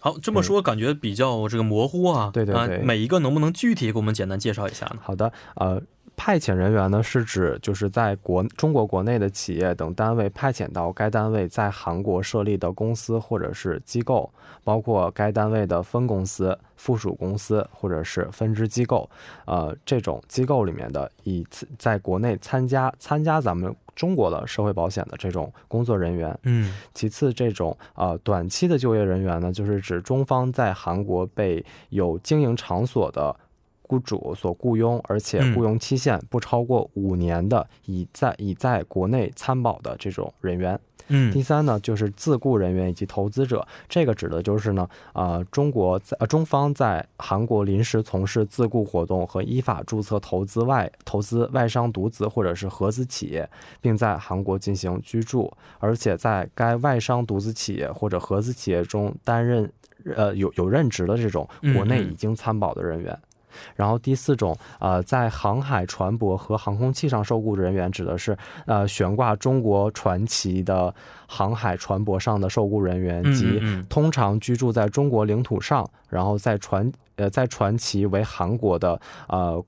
[SPEAKER 1] 好，这么说感觉比较这个模糊啊。
[SPEAKER 2] 嗯对对
[SPEAKER 1] 啊
[SPEAKER 2] 对
[SPEAKER 1] 每一个能不能具体给我们简单介绍一下呢？
[SPEAKER 2] 好的，呃。派遣人员呢，是指就是在国中国国内的企业等单位派遣到该单位在韩国设立的公司或者是机构，包括该单位的分公司、附属公司或者是分支机构，呃，这种机构里面的以此在国内参加参加咱们中国的社会保险的这种工作人员，
[SPEAKER 1] 嗯
[SPEAKER 2] 其次，这种呃短期的就业人员呢，就是指中方在韩国被有经营场所的雇主所雇佣，而且
[SPEAKER 1] 嗯
[SPEAKER 2] 雇佣期限不超过五年的已在已在国内参保的这种人员。第
[SPEAKER 1] 嗯
[SPEAKER 2] 三呢，就是自雇人员以及投资者，这个指的就是呢，呃，中国在呃中方在韩国临时从事自雇活动和依法注册投资外投资外商独资或者是合资企业，并在韩国进行居住，而且在该外商独资企业或者合资企业中担任呃有有任职的这种国内
[SPEAKER 1] 嗯嗯
[SPEAKER 2] 已经参保的人员。然后第四种，呃，在航海、船舶和航空器上受雇人员，指的是呃悬挂中国船旗的航海船舶上的受雇人员
[SPEAKER 1] 嗯
[SPEAKER 2] 及
[SPEAKER 1] 嗯
[SPEAKER 2] 通常居住在中国领土上，然后在船呃在船旗为韩国的呃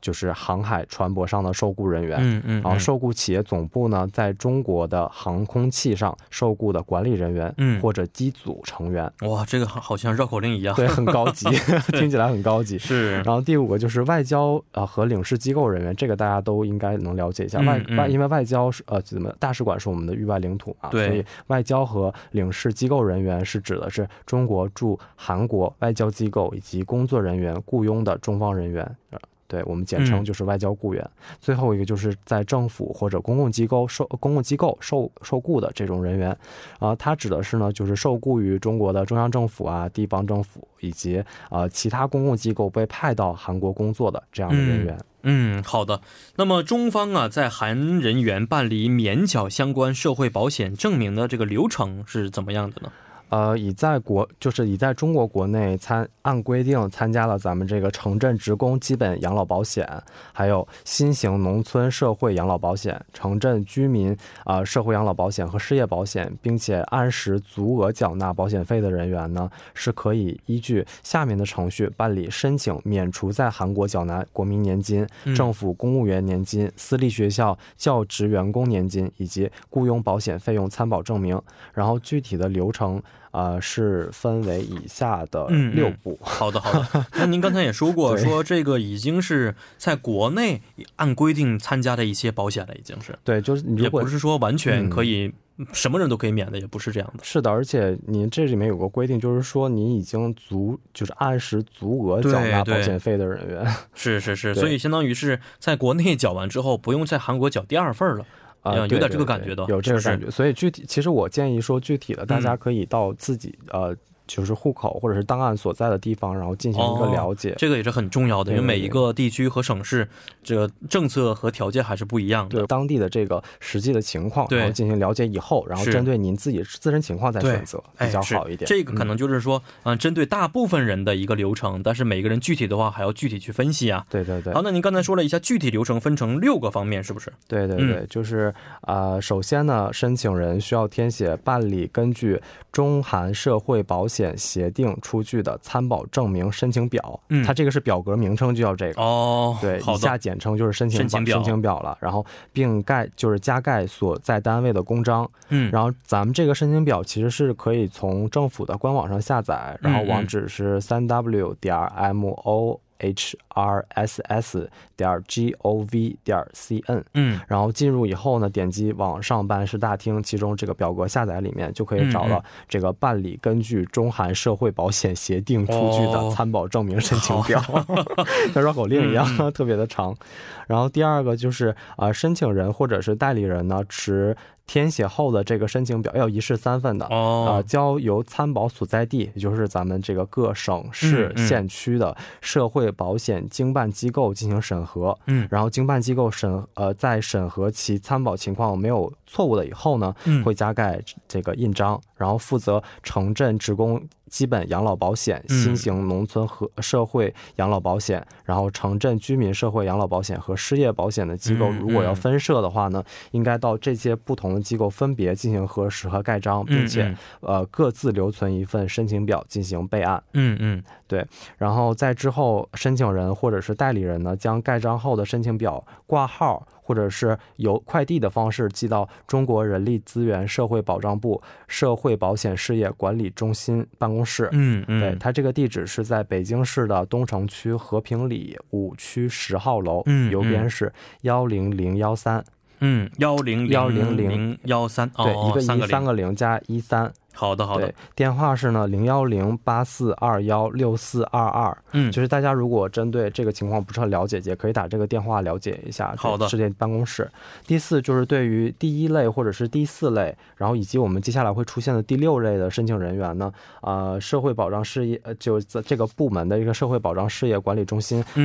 [SPEAKER 2] 就是航海船舶上的受雇人员。
[SPEAKER 1] 嗯嗯，
[SPEAKER 2] 然后受雇企业总部呢，在中国的航空器上受雇的管理人员，
[SPEAKER 1] 嗯
[SPEAKER 2] 或者机组成员，
[SPEAKER 1] (laughs) 哇，这个好好像绕口令一样。
[SPEAKER 2] 对，很高级，听起来很高级。 (laughs)
[SPEAKER 1] 是，
[SPEAKER 2] 然后第五个就是外交呃和领事机构人员，这个大家都应该能了解一下。
[SPEAKER 1] 嗯
[SPEAKER 2] 外
[SPEAKER 1] 嗯
[SPEAKER 2] 外因为外交是呃怎么大使馆是我们的域外领土嘛，啊所
[SPEAKER 1] 对
[SPEAKER 2] 以外交和领事机构人员是指的是中国驻韩国外交机构以及工作人员雇佣的中方人员。呃对我们简
[SPEAKER 1] 嗯
[SPEAKER 2] 称就是外交雇员。最后一个就是在政府或者公共机构受呃公共机构受受雇的这种人员，啊，它指的是呢，就是受雇于中国的中央政府啊、地方政府以及呃其他公共机构被派到韩国工作的这样的人员。
[SPEAKER 1] 嗯，好的。那么中方啊，在韩人员办理免缴相关社会保险证明的这个流程是怎么样的呢？
[SPEAKER 2] 呃，已在国就是已在中国国内参按规定参加了咱们这个城镇职工基本养老保险，还有新型农村社会养老保险、城镇居民啊、呃社会养老保险和失业保险，并且按时足额缴纳保险费的人员呢，是可以依据下面的程序办理申请免除在韩国缴纳国民年金、
[SPEAKER 1] 嗯
[SPEAKER 2] 政府公务员年金、私立学校教职员工年金以及雇佣保险费用参保证明。然后具体的流程啊、呃是分为以下的
[SPEAKER 1] 嗯嗯
[SPEAKER 2] 六步。 (laughs)
[SPEAKER 1] 好的，好的。那您刚才也说过，
[SPEAKER 2] 对
[SPEAKER 1] 说这个已经是在国内按规定参加的一些保险了，已经是，
[SPEAKER 2] 对，就是你
[SPEAKER 1] 也
[SPEAKER 2] 如果
[SPEAKER 1] 不是说完全
[SPEAKER 2] 嗯
[SPEAKER 1] 可以、什么人都可以免的，也不是这样的。
[SPEAKER 2] 是的，而且您这里面有个规定，就是说你已经足，就是按时足额缴纳
[SPEAKER 1] 对
[SPEAKER 2] 保
[SPEAKER 1] 对
[SPEAKER 2] 险费的人员，
[SPEAKER 1] 是是是，
[SPEAKER 2] 对
[SPEAKER 1] 所以相当于是在国内缴完之后，不用在韩国缴第二份了。
[SPEAKER 2] 啊、
[SPEAKER 1] 嗯有
[SPEAKER 2] 对
[SPEAKER 1] 点这个
[SPEAKER 2] 对
[SPEAKER 1] 感
[SPEAKER 2] 对
[SPEAKER 1] 觉的
[SPEAKER 2] 有这
[SPEAKER 1] 是
[SPEAKER 2] 个
[SPEAKER 1] 不是
[SPEAKER 2] 感觉。所以具体，其实我建议说，具体的大家
[SPEAKER 1] 嗯
[SPEAKER 2] 可以到自己、呃，就是户口或者是档案所在的地方，然后进行一个
[SPEAKER 1] 哦
[SPEAKER 2] 了解。
[SPEAKER 1] 这个也是很重要的，因
[SPEAKER 2] 对
[SPEAKER 1] 为每一个地区和省市，这个政策和条件还是不一样的。
[SPEAKER 2] 对当地的这个实际的情况，
[SPEAKER 1] 对
[SPEAKER 2] 然后进行了解以后，然后
[SPEAKER 1] 是
[SPEAKER 2] 针对您自己自身情况再
[SPEAKER 1] 对
[SPEAKER 2] 选择，
[SPEAKER 1] 哎
[SPEAKER 2] 比较
[SPEAKER 1] 是
[SPEAKER 2] 好一点。
[SPEAKER 1] 这个可能就是说，嗯、针对大部分人的一个流程，但是每个人具体的话还要具体去分析啊。
[SPEAKER 2] 对对对
[SPEAKER 1] 好，，那您刚才说了一下具体流程分成六个方面，是不是？
[SPEAKER 2] 对对
[SPEAKER 1] 嗯
[SPEAKER 2] 对，就是呃，首先呢，申请人需要填写办理根据中韩社会保险协定出具的参保证明申请表，
[SPEAKER 1] 嗯
[SPEAKER 2] 它这个是表格名称就叫这个。
[SPEAKER 1] 哦，
[SPEAKER 2] 对，
[SPEAKER 1] 好
[SPEAKER 2] 以
[SPEAKER 1] 的
[SPEAKER 2] 下，简称就是申请
[SPEAKER 1] 申请表
[SPEAKER 2] 申请表了，然后并盖就是加盖所在单位的公章，
[SPEAKER 1] 嗯，
[SPEAKER 2] 然后咱们这个申请表其实是可以从政府的官网上下载，然后
[SPEAKER 1] 嗯嗯
[SPEAKER 2] 网址是三 w 点 m o h r s s 点 g o v 点 c n。
[SPEAKER 1] 嗯，
[SPEAKER 2] 然后进入以后呢，点击网上办事大厅，其中这个表格下载里面就可以找
[SPEAKER 1] 嗯
[SPEAKER 2] 到这个办理根据中韩社会保险协定出具的
[SPEAKER 1] 哦
[SPEAKER 2] 参保证明申请表， (laughs) 像绕口令一样，
[SPEAKER 1] 嗯
[SPEAKER 2] 特别的长。然后第二个就是呃，申请人或者是代理人呢持。填写后的这个申请表要一式三份的，啊，
[SPEAKER 1] 哦，
[SPEAKER 2] 交由参保所在地，也就是咱们这个各省市
[SPEAKER 1] 嗯、嗯
[SPEAKER 2] 县区的社会保险经办机构进行审核。
[SPEAKER 1] 嗯
[SPEAKER 2] 然后经办机构审呃，在审核其参保情况没有错误的以后呢，
[SPEAKER 1] 嗯，
[SPEAKER 2] 会加盖这个印章，然后负责城镇职工基本养老保险、
[SPEAKER 1] 嗯
[SPEAKER 2] 新型农村和社会养老保险，然后城镇居民社会养老保险和失业保险的机构，
[SPEAKER 1] 嗯
[SPEAKER 2] 如果要
[SPEAKER 1] 嗯
[SPEAKER 2] 分设的话呢，应该到这些不同的机构分别进行核实和盖章，并且、
[SPEAKER 1] 嗯
[SPEAKER 2] 呃各自留存一份申请表进行备案。
[SPEAKER 1] 嗯嗯
[SPEAKER 2] 然后在之后，申请人或者是代理人呢，将盖章后的申请表挂号，或者是由快递的方式寄到中国人力资源社会保障部社会保险事业管理中心办公室。
[SPEAKER 1] 嗯嗯，
[SPEAKER 2] 对，它这个地址是在北京市的东城区和平里五区十号楼，
[SPEAKER 1] 嗯
[SPEAKER 2] 邮编是幺零零幺三，
[SPEAKER 1] 嗯，幺零零幺三，
[SPEAKER 2] 对，
[SPEAKER 1] 哦，
[SPEAKER 2] 一
[SPEAKER 1] 三
[SPEAKER 2] 个
[SPEAKER 1] 个
[SPEAKER 2] 一三
[SPEAKER 1] 零，
[SPEAKER 2] 个零加一三，
[SPEAKER 1] 好的好的
[SPEAKER 2] 对，，电话是呢零幺零八四二幺六四二二，
[SPEAKER 1] 嗯
[SPEAKER 2] 就是大家如果针对这个情况不是很了解，也可以打这个电话了解一下。
[SPEAKER 1] 好的嗯
[SPEAKER 2] 呃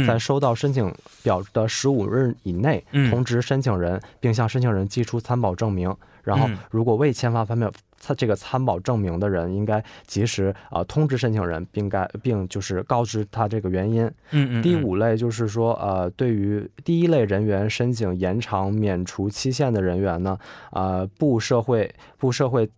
[SPEAKER 2] 在收到申请表的十五日以内
[SPEAKER 1] 嗯
[SPEAKER 2] 通知申请人，并向申请人寄出参保证明。然后
[SPEAKER 1] 嗯，
[SPEAKER 2] 如果未签发发票，他这个参保证明的人应该及时啊、呃通知申请人，并该并就是告知他这个原因。
[SPEAKER 1] 嗯嗯，
[SPEAKER 2] 第五类就是说，呃，对于第一类人员申请延长免除期限的人员呢，呃，部社会部社会。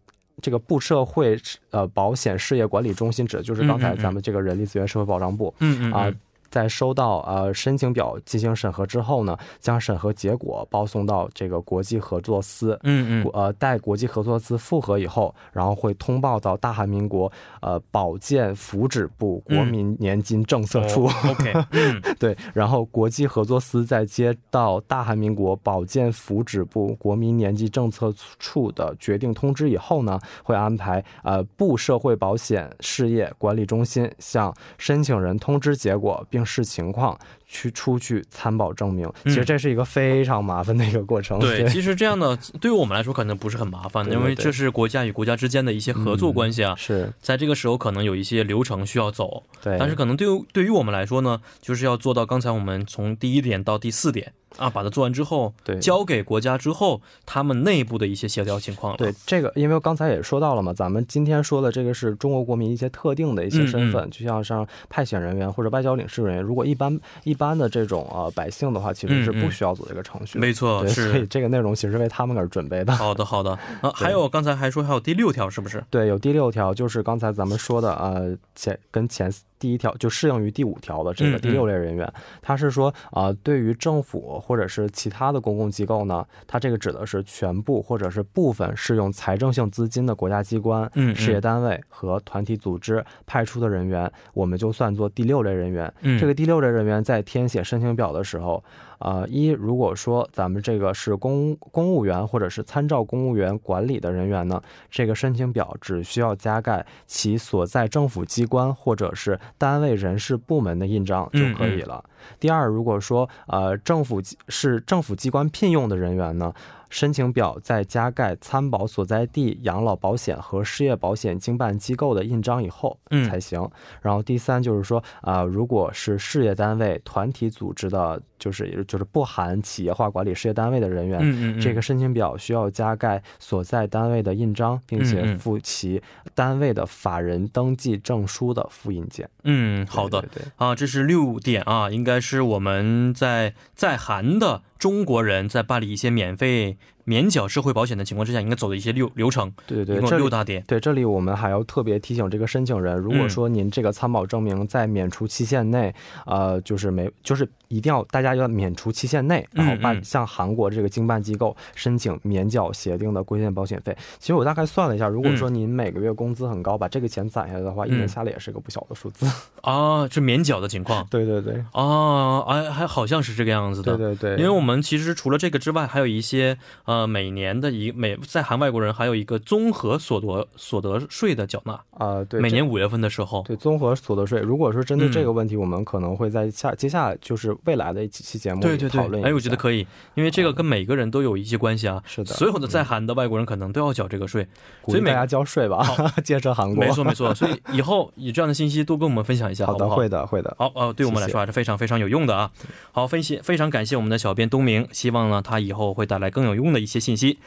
[SPEAKER 2] 这个部社会呃保险事业管理中心指的就是刚
[SPEAKER 1] 嗯
[SPEAKER 2] 才
[SPEAKER 1] 嗯嗯
[SPEAKER 2] 咱们这个人力资源社会保障部，
[SPEAKER 1] 嗯嗯
[SPEAKER 2] 啊
[SPEAKER 1] 嗯，
[SPEAKER 2] 在收到呃申请表进行审核之后呢，将审核结果报送到这个国际合作司。
[SPEAKER 1] 嗯嗯，
[SPEAKER 2] 呃，待国际合作司复核以后，然后会通报到大韩民国呃保健福祉部
[SPEAKER 1] 嗯
[SPEAKER 2] 国民年金政策处， (laughs)
[SPEAKER 1] OK，嗯
[SPEAKER 2] 对，然后国际合作司再接到大韩民国保健福祉部国民年金政策处的决定通知以后呢，会安排呃部社会保险事业管理中心向申请人通知结果，并视情况去出具参保证明。其实这是一个非常麻烦的一个过
[SPEAKER 1] 嗯
[SPEAKER 2] 程。
[SPEAKER 1] 对，其实这样的对于我们来说可能不是很麻烦，
[SPEAKER 2] 对对嗯
[SPEAKER 1] 因为这是国家与国家之间的一些合作关系啊。
[SPEAKER 2] 是
[SPEAKER 1] 在这个时候，可能有一些流程需要走，
[SPEAKER 2] 对，
[SPEAKER 1] 但是可能对于对于我们来说呢，就是要做到刚才我们从第一点到第四点啊，把它做完之后，
[SPEAKER 2] 对
[SPEAKER 1] 交给国家之后，他们内部的一些协调情况了。
[SPEAKER 2] 对这个，因为刚才也说到了嘛，咱们今天说的这个是中国国民一些特定的一些身份，
[SPEAKER 1] 嗯
[SPEAKER 2] 就像像派遣人员或者外交领事人员，如果一般一般的这种呃百姓的话，其实是
[SPEAKER 1] 嗯
[SPEAKER 2] 不
[SPEAKER 1] 嗯
[SPEAKER 2] 需要走这个程序的。
[SPEAKER 1] 没错，
[SPEAKER 2] 对，所以 (laughs)
[SPEAKER 1] 是
[SPEAKER 2] 这个内容其实是为他们而准备的。
[SPEAKER 1] 好的，好的。啊，还有刚才还说还有第六条是不是？
[SPEAKER 2] 对，有第六条，就是刚才咱们说的，呃，前跟前第一条就适用于第五条的这
[SPEAKER 1] 嗯
[SPEAKER 2] 个
[SPEAKER 1] 嗯
[SPEAKER 2] 第六类人员，他是说，呃，对于政府或者是其他的公共机构呢，他这个指的是全部或者是部分适用财政性资金的国家机关、
[SPEAKER 1] 嗯嗯
[SPEAKER 2] 事业单位和团体组织派出的人员，我们就算作第六类人员。
[SPEAKER 1] 嗯，
[SPEAKER 2] 这个第六类人员在填写申请表的时候，呃，一如果说咱们这个是公公务员或者是参照公务员管理的人员呢，这个申请表只需要加盖其所在政府机关或者是单位人事部门的印章
[SPEAKER 1] 嗯
[SPEAKER 2] 就可以了。第二，如果说呃政府机是政府机关聘用的人员呢，申请表在加盖参保所在地养老保险和失业保险经办机构的印章以后
[SPEAKER 1] 嗯
[SPEAKER 2] 才行。然后第三就是说，啊、如果是事业单位、团体组织的，就是就是不含企业化管理事业单位的人员，
[SPEAKER 1] 嗯嗯嗯，
[SPEAKER 2] 这个申请表需要加盖所在单位的印章，并
[SPEAKER 1] 嗯
[SPEAKER 2] 且
[SPEAKER 1] 嗯
[SPEAKER 2] 附其单位的法人登记证书的复印件。
[SPEAKER 1] 嗯，好的。
[SPEAKER 2] 对对对
[SPEAKER 1] 啊，这是六点啊，应该是我们在在韩的中国人在办理一些免费免缴社会保险的情况之下，应该走的一些流流程，
[SPEAKER 2] 对对
[SPEAKER 1] 一
[SPEAKER 2] 对，
[SPEAKER 1] 共
[SPEAKER 2] 这
[SPEAKER 1] 有
[SPEAKER 2] 里
[SPEAKER 1] 六大点。
[SPEAKER 2] 对，这里我们还要特别提醒这个申请人，如果
[SPEAKER 1] 嗯
[SPEAKER 2] 说您这个参保证明在免除期限内，呃，就是没，就是一定要大家要免除期限内，然后
[SPEAKER 1] 嗯
[SPEAKER 2] 办
[SPEAKER 1] 嗯
[SPEAKER 2] 向韩国这个经办机构申请免缴协定的规限保险费。其实我大概算了一下，如果说您每个月工资很高，把这个钱攒下来的话，一
[SPEAKER 1] 嗯
[SPEAKER 2] 年下来也是个不小的数字。 (laughs)
[SPEAKER 1] 啊，这免缴的情况
[SPEAKER 2] 对对对，
[SPEAKER 1] 啊，哎，还好像是这个样子的。
[SPEAKER 2] 对对对，
[SPEAKER 1] 因为我们其实除了这个之外，还有一些呃，每年的一每在韩外国人还有一个综合所得所得税的缴纳，
[SPEAKER 2] 啊，对，
[SPEAKER 1] 每
[SPEAKER 2] 这
[SPEAKER 1] 年五月份的时候，
[SPEAKER 2] 对综合所得税，如果说针对
[SPEAKER 1] 嗯
[SPEAKER 2] 这个问题，我们可能会在下接下来就是未来的几期节目
[SPEAKER 1] 对
[SPEAKER 2] 里
[SPEAKER 1] 对
[SPEAKER 2] 讨
[SPEAKER 1] 对，
[SPEAKER 2] 论一
[SPEAKER 1] 哎，我觉得
[SPEAKER 2] 下
[SPEAKER 1] 可以，因为这个跟每个人都有一些关系啊。
[SPEAKER 2] 是的
[SPEAKER 1] 所有的在韩的外国人可能都要缴这个税，
[SPEAKER 2] 鼓
[SPEAKER 1] 所以
[SPEAKER 2] 励
[SPEAKER 1] 每
[SPEAKER 2] 大家交税吧， (laughs) 建设韩国。
[SPEAKER 1] 没错没
[SPEAKER 2] (laughs)
[SPEAKER 1] 错，所以以后有这样的信息多跟我们分享一下，好不
[SPEAKER 2] 嗯好的，
[SPEAKER 1] 好？
[SPEAKER 2] 会的，会的。
[SPEAKER 1] 好呃，对我们来
[SPEAKER 2] 谢谢
[SPEAKER 1] 说还是非常非常有用的啊。好，分析非常感谢我们的小编东明，希望呢他以后会带来更有用的一些信息。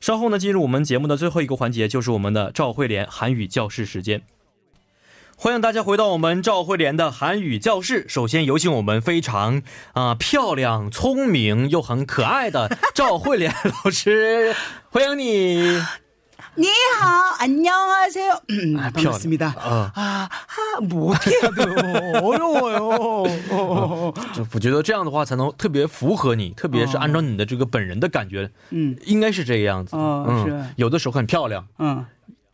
[SPEAKER 1] 稍后呢，进入我们节目的最后一个环节，就是我们的赵慧莲韩语教室时间。欢迎大家回到我们赵慧莲的韩语教室。首先有请我们非常啊、漂亮、聪明又很可爱的赵慧莲老师，欢迎你。
[SPEAKER 3] 니하 안녕하세요. (clears throat) 음,
[SPEAKER 1] 아,
[SPEAKER 3] 반갑습니다.
[SPEAKER 1] 어.
[SPEAKER 3] 아, 아, 뭐 어떻게 해야 돼요? (laughs) 어려워요. 어.
[SPEAKER 1] 就我觉得这样的话才能特别符合你，特别是按照你的这个本人的感觉，
[SPEAKER 3] 哦嗯，
[SPEAKER 1] 应该是这个样子。
[SPEAKER 3] 哦
[SPEAKER 1] 嗯
[SPEAKER 3] 是，
[SPEAKER 1] 有的时候很漂亮，
[SPEAKER 3] 응,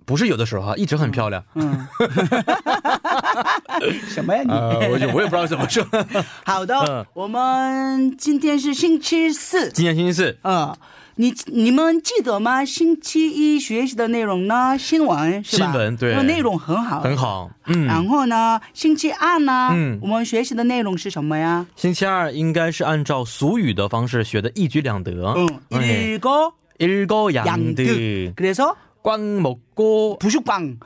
[SPEAKER 1] 不是有的时候啊，一直很漂亮。
[SPEAKER 3] (laughs) 응. 什么呀你？
[SPEAKER 1] 呃，我就我也不知道怎么
[SPEAKER 3] (laughs)
[SPEAKER 1] 说。嗯。
[SPEAKER 3] 好的，我们今天是星期四。
[SPEAKER 1] 今天星期四，
[SPEAKER 3] 呃，你你们记得吗？星期一学习的内容呢？新闻是吧？
[SPEAKER 1] 新闻对
[SPEAKER 3] 那内容很好。
[SPEAKER 1] 很好，嗯，
[SPEAKER 3] 然后呢，星期二呢，
[SPEAKER 1] 嗯
[SPEAKER 3] 我们学习的内容是什么呀？
[SPEAKER 1] 星期二应该是按照俗语的方式学的一举两得。
[SPEAKER 3] 嗯，
[SPEAKER 1] 哎，
[SPEAKER 3] 一个
[SPEAKER 1] 일거 어, 예. 양득
[SPEAKER 3] 양득. 그래서
[SPEAKER 1] 꽝먹고
[SPEAKER 3] 부식빵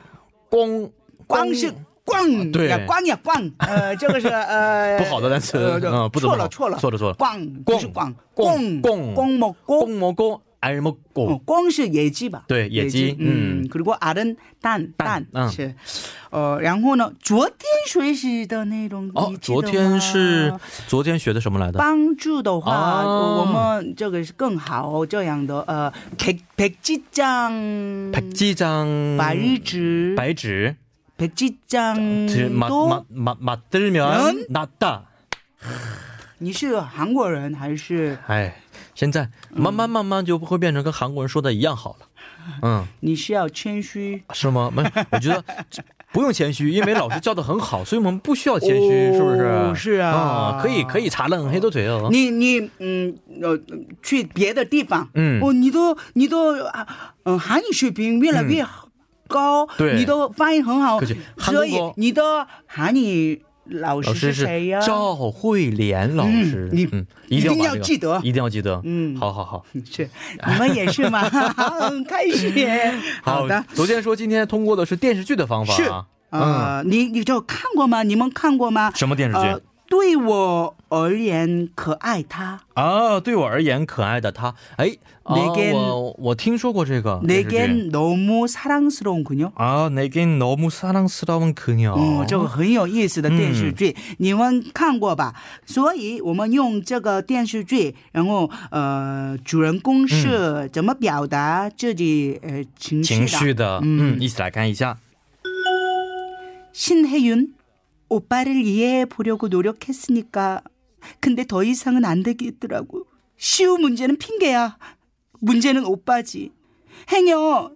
[SPEAKER 1] 꽝
[SPEAKER 3] 光是光，
[SPEAKER 1] 对
[SPEAKER 3] 呀光呀光，呃，这个是
[SPEAKER 1] (laughs)
[SPEAKER 3] 呃
[SPEAKER 1] 不好的单词
[SPEAKER 3] 呃对
[SPEAKER 1] 嗯不怎么
[SPEAKER 3] 错
[SPEAKER 1] 好
[SPEAKER 3] 了错了
[SPEAKER 1] 错了错了
[SPEAKER 3] 光不是光
[SPEAKER 1] 光光
[SPEAKER 3] 光光먹
[SPEAKER 1] 꽁 네,
[SPEAKER 3] 고 어,
[SPEAKER 1] 먹고알먹고
[SPEAKER 3] 哦光是野鸡吧？
[SPEAKER 1] 对野鸡嗯
[SPEAKER 3] 嗯，그리고 음. 알은蛋
[SPEAKER 1] 蛋
[SPEAKER 3] 蛋
[SPEAKER 1] 嗯
[SPEAKER 3] 是，呃，然后呢，昨天学习的内容
[SPEAKER 1] 哦
[SPEAKER 3] 你，记得
[SPEAKER 1] 昨天是
[SPEAKER 3] 吗
[SPEAKER 1] 昨天学的什么来的？
[SPEAKER 3] 帮助的话，
[SPEAKER 1] 哦
[SPEAKER 3] 我们这个是更好这样的呃， 어, 백백지장
[SPEAKER 1] 百几张
[SPEAKER 3] 嗯白日纸
[SPEAKER 1] 白纸，
[SPEAKER 3] 백지장
[SPEAKER 1] 들- 마- 마-
[SPEAKER 3] 都，
[SPEAKER 1] 마- 맞들면 낫다.
[SPEAKER 3] 你是韩国人还是？
[SPEAKER 1] 哎，现在
[SPEAKER 3] 嗯
[SPEAKER 1] 慢慢慢慢就会变成跟韩国人说的一样好了。嗯，
[SPEAKER 3] 你是要谦虚，
[SPEAKER 1] 是吗？没，我觉
[SPEAKER 3] (laughs)
[SPEAKER 1] 得这不用谦虚，因为老师教的很好，所以我们不需要谦虚，
[SPEAKER 3] 哦
[SPEAKER 1] 是不是？
[SPEAKER 3] 是啊
[SPEAKER 1] 可以可以查冷黑多腿哦。
[SPEAKER 3] 你你嗯呃去别的地方，
[SPEAKER 1] 嗯
[SPEAKER 3] 哦，你都你都啊嗯韩语水平越来越高，
[SPEAKER 1] 嗯对
[SPEAKER 3] 你的发音很好
[SPEAKER 1] 可是，韩国
[SPEAKER 3] 所以你的韩语
[SPEAKER 1] 老
[SPEAKER 3] 老师
[SPEAKER 1] 师
[SPEAKER 3] 是
[SPEAKER 1] 是
[SPEAKER 3] 谁呀、
[SPEAKER 1] 赵慧莲老师，
[SPEAKER 3] 嗯你
[SPEAKER 1] 一定
[SPEAKER 3] 一定
[SPEAKER 1] 把
[SPEAKER 3] 要
[SPEAKER 1] 这个
[SPEAKER 3] 记得
[SPEAKER 1] 一定要记得。
[SPEAKER 3] 嗯
[SPEAKER 1] 好好好，
[SPEAKER 3] 是你们也
[SPEAKER 1] (laughs)
[SPEAKER 3] 是吗？很开心。好的，
[SPEAKER 1] 昨天说今天通过的是电视剧的方法啊，
[SPEAKER 3] 呃，你你就看过吗？你们看过吗？
[SPEAKER 1] 什么电视剧？
[SPEAKER 3] 呃，对我而言，可爱他。
[SPEAKER 1] 啊，对我而言，可爱的他，哎，啊、
[SPEAKER 3] 내겐
[SPEAKER 1] 我我听说过哦这个
[SPEAKER 3] 내
[SPEAKER 1] 겐
[SPEAKER 3] 겐너무사랑스러운그녀。
[SPEAKER 1] 啊，내겐너무사랑스러운그녀，
[SPEAKER 3] 嗯，这个很有意思的电视剧，你们看过吧？所以我们用这个电视剧，然后呃，主人公是怎么表达自己、呃情绪的？
[SPEAKER 1] 情绪的，嗯，一起来看一下。
[SPEAKER 3] 신혜윤 오빠를 이해해 보려고 노력했으니까 근데 더 이상은 안 되겠더라고. 시우 문제는 핑계야. 문제는 오빠지. 행여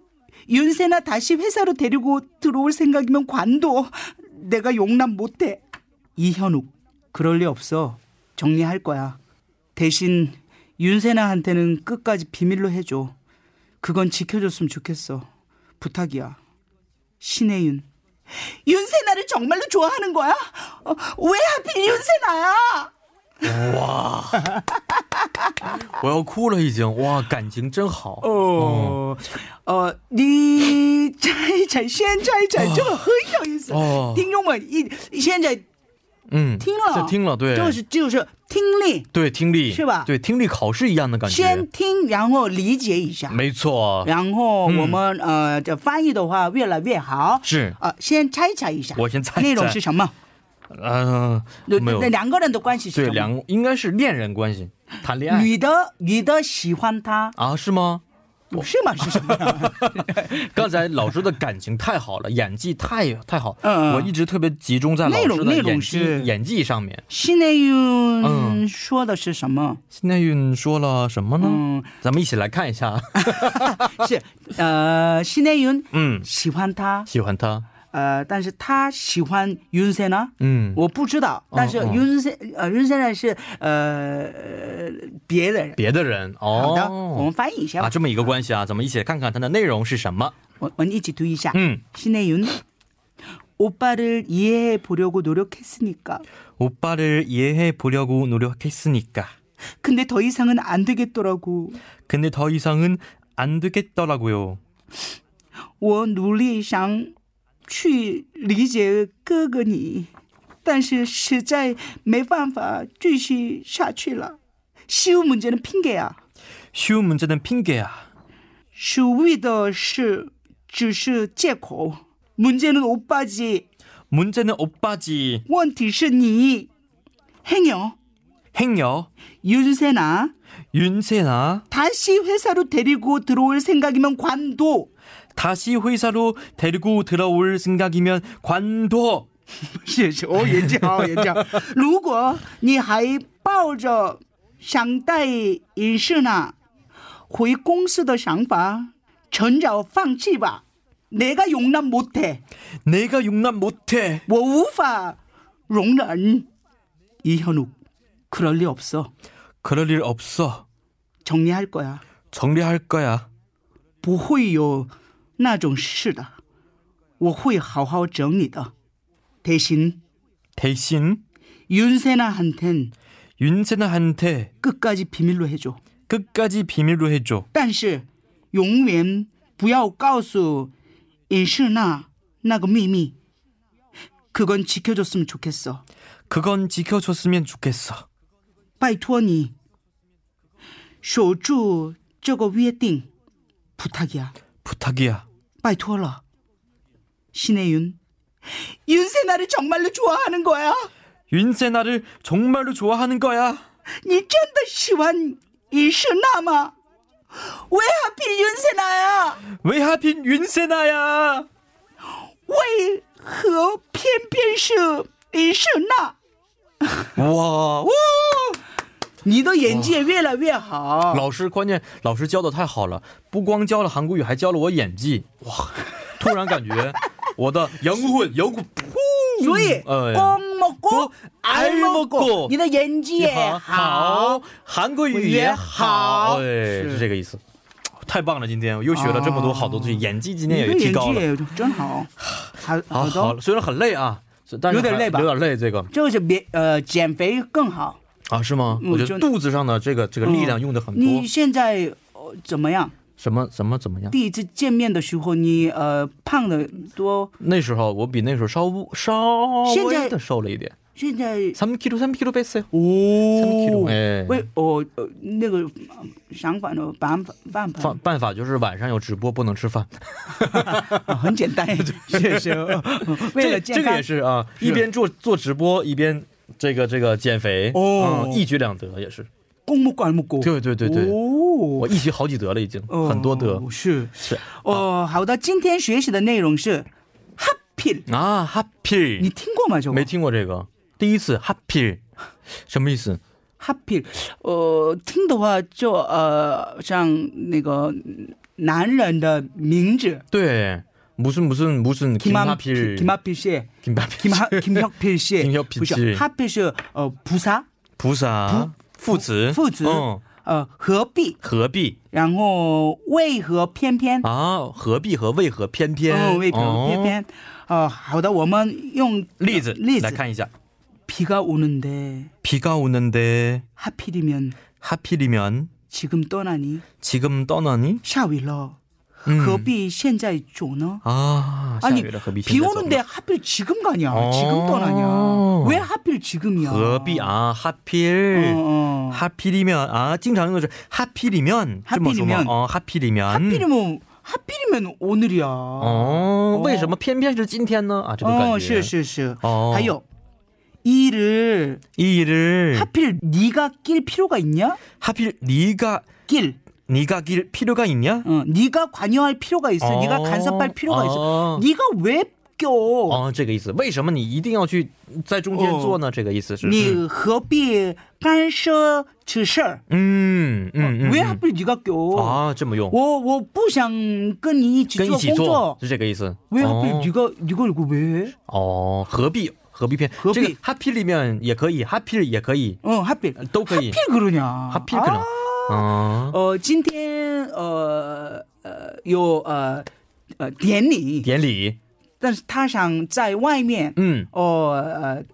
[SPEAKER 3] 윤세나 다시 회사로 데리고 들어올 생각이면 관둬. 내가 용납 못해. 이현욱 그럴 리 없어. 정리할 거야. 대신 윤세나한테는 끝까지 비밀로 해줘. 그건 지켜줬으면 좋겠어. 부탁이야. 신혜윤. 윤세나를 정말로 좋아하는 거야? 어, 왜 하필 윤세나야?
[SPEAKER 1] 我要哭了，已经哇，感情真好。
[SPEAKER 3] 哦 어, 어, 니, 잘, 잘,
[SPEAKER 1] 哦。
[SPEAKER 3] 现在这很有意思。听中文，一现在听了，
[SPEAKER 1] 嗯，这听了，对，
[SPEAKER 3] 就是就是听力，先听，然后理解一下。
[SPEAKER 1] 对听力
[SPEAKER 3] 是吧
[SPEAKER 1] 对听力考试一样的感觉，没错，
[SPEAKER 3] 然后我们、呃，这翻译的话越来越好。
[SPEAKER 1] 是
[SPEAKER 3] 呃，先猜猜一下，
[SPEAKER 1] 我先猜
[SPEAKER 3] 内容
[SPEAKER 1] 猜
[SPEAKER 3] 是什么？
[SPEAKER 1] 嗯、
[SPEAKER 3] 那
[SPEAKER 1] 没有
[SPEAKER 3] 那，两个人的关系是
[SPEAKER 1] 对
[SPEAKER 3] 什么？
[SPEAKER 1] 两应该是恋人关系，谈恋爱
[SPEAKER 3] 女的，女的喜欢他，
[SPEAKER 1] 啊，是吗？
[SPEAKER 3] 是吗？是什么呀？
[SPEAKER 1] 刚才老师的感情太好了，演技太太好，
[SPEAKER 3] 嗯
[SPEAKER 1] 我一直特别集中在老
[SPEAKER 3] 内
[SPEAKER 1] 师
[SPEAKER 3] 容
[SPEAKER 1] 的
[SPEAKER 3] 内容
[SPEAKER 1] 演
[SPEAKER 3] 是
[SPEAKER 1] 技演技上面。
[SPEAKER 3] 新内
[SPEAKER 1] 嗯
[SPEAKER 3] 云说的是什么？
[SPEAKER 1] 现在运说了什么呢？
[SPEAKER 3] 嗯，
[SPEAKER 1] 咱们一起来看一
[SPEAKER 3] (laughs)
[SPEAKER 1] 下。
[SPEAKER 3] 是呃，新内云
[SPEAKER 1] 嗯，
[SPEAKER 3] 喜欢他，
[SPEAKER 1] 喜欢他。
[SPEAKER 3] 呃，但是他喜欢云塞呢？
[SPEAKER 1] 嗯，
[SPEAKER 3] 我不知道，但是
[SPEAKER 1] 嗯
[SPEAKER 3] 云塞呃，云塞呢是呃呃别的人。
[SPEAKER 1] 别的人
[SPEAKER 3] 好的，我
[SPEAKER 1] 哦
[SPEAKER 3] 们。翻译一下
[SPEAKER 1] 啊，
[SPEAKER 3] 吧，
[SPEAKER 1] 这么一个关系啊，咱们一起来看看它的内容是什么。
[SPEAKER 3] 我我们一起读一下。
[SPEAKER 1] 嗯，
[SPEAKER 3] 신혜윤 오빠를 이해해 보려고 노력했으니까
[SPEAKER 1] 오빠를 이해해 보려고 노력했으니까.
[SPEAKER 3] 근데 더 이상은 안 되겠더라고.
[SPEAKER 1] 근데 더 이상은 안 되겠더라고요.
[SPEAKER 3] 我努力想去理解哥哥你，但是实在没办法继续下去了。쉬운문제는핑계야。
[SPEAKER 1] 쉬운 문제는 핑계야.
[SPEAKER 3] 所谓的是只是借口，문제는오빠지，
[SPEAKER 1] 문제는 오빠지.
[SPEAKER 3] 问题是你。행여
[SPEAKER 1] 행여,
[SPEAKER 3] 윤세나
[SPEAKER 1] 윤세나
[SPEAKER 3] 다시 회사로 데리고 들어올 생각이면 관둬.
[SPEAKER 1] 다시 회사로 데리고 들어올 생각이면 관둬.
[SPEAKER 3] 谢谢哦，也叫也叫。如果你还抱着想带隐士呢，回公司的想法，趁早放弃吧。내가용납못해，
[SPEAKER 1] 내가 용납 못해.
[SPEAKER 3] 我无法容忍。이현욱그럴리없어
[SPEAKER 1] 그럴 일 없어.
[SPEAKER 3] 정리할거야，
[SPEAKER 1] 정리할 거야.
[SPEAKER 3] 不会有那种事的，我会好好整理的。대신
[SPEAKER 1] 대신
[SPEAKER 3] 윤세나한텐
[SPEAKER 1] 윤세나한테
[SPEAKER 3] 끝까지비밀로해줘。
[SPEAKER 1] 끝까지 비밀로 해줘.
[SPEAKER 3] 但是永远不要告诉尹世娜那个秘密。그건지켜줬으면좋겠어。
[SPEAKER 1] 그건 지켜줬으면 좋겠어.
[SPEAKER 3] 拜托你，守住这个约定，부탁이야。
[SPEAKER 1] 부탁이야.
[SPEAKER 3] 拜托了。신혜윤，윤세나를정말로좋아하는거야？
[SPEAKER 1] 윤세나를 정말로 좋아하는 거야.
[SPEAKER 3] 你真的喜欢尹世娜吗？为何필윤세나야？
[SPEAKER 1] 왜 하필 윤세나야?
[SPEAKER 3] 为何偏偏是尹世娜？
[SPEAKER 1] 와, 우!
[SPEAKER 3] 你的演技也越来越好。
[SPEAKER 1] 老师，关键老师教的太好了，不光教了韩国语，还教了我演技。哇，突然感 (laughs) 觉我的영혼영혼
[SPEAKER 3] 所以，
[SPEAKER 1] 哎
[SPEAKER 3] 公莫
[SPEAKER 1] 公
[SPEAKER 3] 过，爱莫
[SPEAKER 1] 爱莫过
[SPEAKER 3] 过，你的演技也好。，
[SPEAKER 1] 韩国语也
[SPEAKER 3] 也
[SPEAKER 1] 好，
[SPEAKER 3] 好
[SPEAKER 1] 哎，
[SPEAKER 3] 是
[SPEAKER 1] 是这个意思。太棒了，今天我又学了这么多好东西，演技今
[SPEAKER 3] 你
[SPEAKER 1] 天
[SPEAKER 3] 的
[SPEAKER 1] 也提
[SPEAKER 3] 演
[SPEAKER 1] 高
[SPEAKER 3] 技
[SPEAKER 1] 了。
[SPEAKER 3] 也真好，好
[SPEAKER 1] 好
[SPEAKER 3] 好
[SPEAKER 1] 好
[SPEAKER 3] 的，
[SPEAKER 1] 了，虽然很累啊，是但是
[SPEAKER 3] 有点
[SPEAKER 1] 还
[SPEAKER 3] 累吧
[SPEAKER 1] 有点累。这个
[SPEAKER 3] 这个就别呃减肥更好。
[SPEAKER 1] 啊，是吗？
[SPEAKER 3] 嗯
[SPEAKER 1] 我觉
[SPEAKER 3] 就
[SPEAKER 1] 得
[SPEAKER 3] 嗯
[SPEAKER 1] 肚子上的这个这个力量用的很多
[SPEAKER 3] 你。现在、呃、怎么样？
[SPEAKER 1] 什么什么怎么样？
[SPEAKER 3] 第一次见面的时候，你呃胖的多，
[SPEAKER 1] 那时候我比那时候稍微稍
[SPEAKER 3] 现在
[SPEAKER 1] 微的瘦了一点，
[SPEAKER 3] 现在
[SPEAKER 1] 3 k g 3 k g 뺐어요。
[SPEAKER 3] 哦
[SPEAKER 1] 3kg 哎
[SPEAKER 3] 为我、呃、那个呃想法呢，办法办法
[SPEAKER 1] 方办法就是晚上有直播不能吃饭，
[SPEAKER 3] 啊很
[SPEAKER 1] (laughs)
[SPEAKER 3] 简单，谢谢。为了
[SPEAKER 1] 这
[SPEAKER 3] 健
[SPEAKER 1] 这个
[SPEAKER 3] 康
[SPEAKER 1] 也，是啊，一边做做直播一边这个这个减肥，
[SPEAKER 3] 哦
[SPEAKER 1] 嗯一举两得也是。
[SPEAKER 3] 公木管木狗，
[SPEAKER 1] 对对对对，
[SPEAKER 3] 哦
[SPEAKER 1] 我，一举好几得了已经，
[SPEAKER 3] 哦
[SPEAKER 1] 很多得
[SPEAKER 3] 是
[SPEAKER 1] 是
[SPEAKER 3] 哦。好的，今天学习的内容是 happy，
[SPEAKER 1] 啊。happy，
[SPEAKER 3] 你听过吗？这个
[SPEAKER 1] 没听过这个，第一次
[SPEAKER 3] (laughs)
[SPEAKER 1] happy 什么意思？
[SPEAKER 3] happy，呃，听的话就呃像那个男人的名字，
[SPEAKER 1] 네, 무슨 무슨 무슨
[SPEAKER 3] 김
[SPEAKER 1] 김하필
[SPEAKER 3] 김하필 씨,
[SPEAKER 1] 김하필
[SPEAKER 3] 김하 김혁필 씨,
[SPEAKER 1] 김혁필
[SPEAKER 3] 不是
[SPEAKER 1] 씨.
[SPEAKER 3] 하필 是呃부사
[SPEAKER 1] 부사 어. 부츠
[SPEAKER 3] 父子，呃何必，
[SPEAKER 1] 何必
[SPEAKER 3] 然后为何偏偏，
[SPEAKER 1] 아何必和为何偏偏
[SPEAKER 3] 嗯为
[SPEAKER 1] 어.
[SPEAKER 3] 何偏偏，呃好的，我们用例子，
[SPEAKER 1] 例子来看一下
[SPEAKER 3] 비가 오는데
[SPEAKER 1] 비가 오는데
[SPEAKER 3] 하필이면
[SPEAKER 1] 하필이면
[SPEAKER 3] 지금 떠나니
[SPEAKER 1] 지금 떠나니
[SPEAKER 3] 샤위러 허비 现在走呢?
[SPEAKER 1] 아
[SPEAKER 3] 아니
[SPEAKER 1] 음. 샤위라 허비
[SPEAKER 3] 비
[SPEAKER 1] 신자죠.
[SPEAKER 3] 오는데 하필 지금 가냐?
[SPEAKER 1] 어.
[SPEAKER 3] 지금 떠나냐? 왜 하필 지금이야?
[SPEAKER 1] 허비 아 하필
[SPEAKER 3] 어, 어.
[SPEAKER 1] 하필이면 아 찡장은 하필이면
[SPEAKER 3] 하필이면.
[SPEAKER 1] 어 하필이면
[SPEAKER 3] 하필이면 하필이면 오늘이야.
[SPEAKER 1] 어 왜냐면 偏偏是今天呢啊这个感觉
[SPEAKER 3] 어, 是是是.
[SPEAKER 1] 어.
[SPEAKER 3] 还有 이를
[SPEAKER 1] 이 일을
[SPEAKER 3] 하필 네가 낄 필요가 있냐?
[SPEAKER 1] 하필 네가
[SPEAKER 3] 낄.
[SPEAKER 1] 네가 길 필요가 있냐?
[SPEAKER 3] 어, 네가 관여할 필요가 있어. 아.
[SPEAKER 1] 어.
[SPEAKER 3] 네가 간섭할 필요가 있어.
[SPEAKER 1] 어.
[SPEAKER 3] 네가 왜 껴?
[SPEAKER 1] 哦，这个意思。为什么你一定要去在中间做呢？这个意思是，
[SPEAKER 3] 哦你何必干涉此事儿？
[SPEAKER 1] 嗯嗯嗯，
[SPEAKER 3] 为
[SPEAKER 1] 嗯
[SPEAKER 3] 啥不是你个狗？
[SPEAKER 1] 啊这么用，
[SPEAKER 3] 我我不想跟你一起
[SPEAKER 1] 跟一
[SPEAKER 3] 做
[SPEAKER 1] 起
[SPEAKER 3] 工
[SPEAKER 1] 做
[SPEAKER 3] 作，
[SPEAKER 1] 是这个意思。
[SPEAKER 3] 为啥不是
[SPEAKER 1] 哦
[SPEAKER 3] 你个你个你个为？
[SPEAKER 1] 哦，何必何必骗？
[SPEAKER 3] 何必
[SPEAKER 1] 这个 happy 里面也可以，happy 也可以，
[SPEAKER 3] 嗯，happy
[SPEAKER 1] 都可以
[SPEAKER 3] happy 어, 그러냐 아, 어,
[SPEAKER 1] ，happy 可能。啊，
[SPEAKER 3] 呃，今天呃呃有呃呃典礼，
[SPEAKER 1] 典礼，
[SPEAKER 3] 但是他想在外面
[SPEAKER 1] 嗯，
[SPEAKER 3] 哦呃呃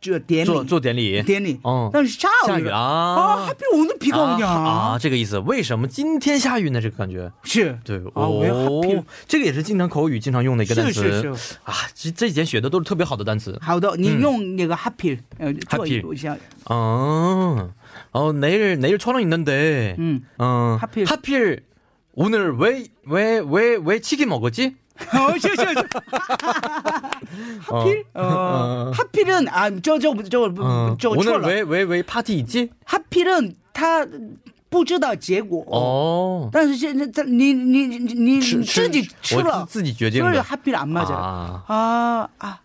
[SPEAKER 3] 这典
[SPEAKER 1] 做
[SPEAKER 3] 礼
[SPEAKER 1] 做典礼，
[SPEAKER 3] 典礼，
[SPEAKER 1] 嗯
[SPEAKER 3] 但是下雨
[SPEAKER 1] 下雨
[SPEAKER 3] 了
[SPEAKER 1] 啊
[SPEAKER 3] 啊，happy 아, 오늘 비가
[SPEAKER 1] 啊
[SPEAKER 3] 오냐
[SPEAKER 1] 啊，这个意思。为什么今天下雨呢？这个感觉，
[SPEAKER 3] 是
[SPEAKER 1] 对
[SPEAKER 3] 啊，为啥不
[SPEAKER 1] 哦，这个也是经常口语经常用的一个单
[SPEAKER 3] 是
[SPEAKER 1] 词
[SPEAKER 3] 是是，
[SPEAKER 1] 啊。这这几天学的都是特别好的单词。
[SPEAKER 3] 好的，你用那个 happy 呃做一下，
[SPEAKER 1] 아, 어, 내일 내일 촬영 있는데.
[SPEAKER 3] 음.
[SPEAKER 1] 어,
[SPEAKER 3] 하필.
[SPEAKER 1] 하필 오늘 왜 왜 왜 왜 치킨 먹었지?
[SPEAKER 3] 好，谢谢。哈필，呃，哈필은 아, 啊，这这这
[SPEAKER 1] 어,
[SPEAKER 3] 这错
[SPEAKER 1] 오늘
[SPEAKER 3] 了。
[SPEAKER 1] 왜 왜 왜 파티 있지?
[SPEAKER 3] 哈필은他不知道结果，
[SPEAKER 1] 어.
[SPEAKER 3] 但是现在在你你你你你自己吃了
[SPEAKER 1] 我，自己决定
[SPEAKER 3] 所以
[SPEAKER 1] 的。
[SPEAKER 3] 哈필安맞아
[SPEAKER 1] 啊，
[SPEAKER 3] 啊啊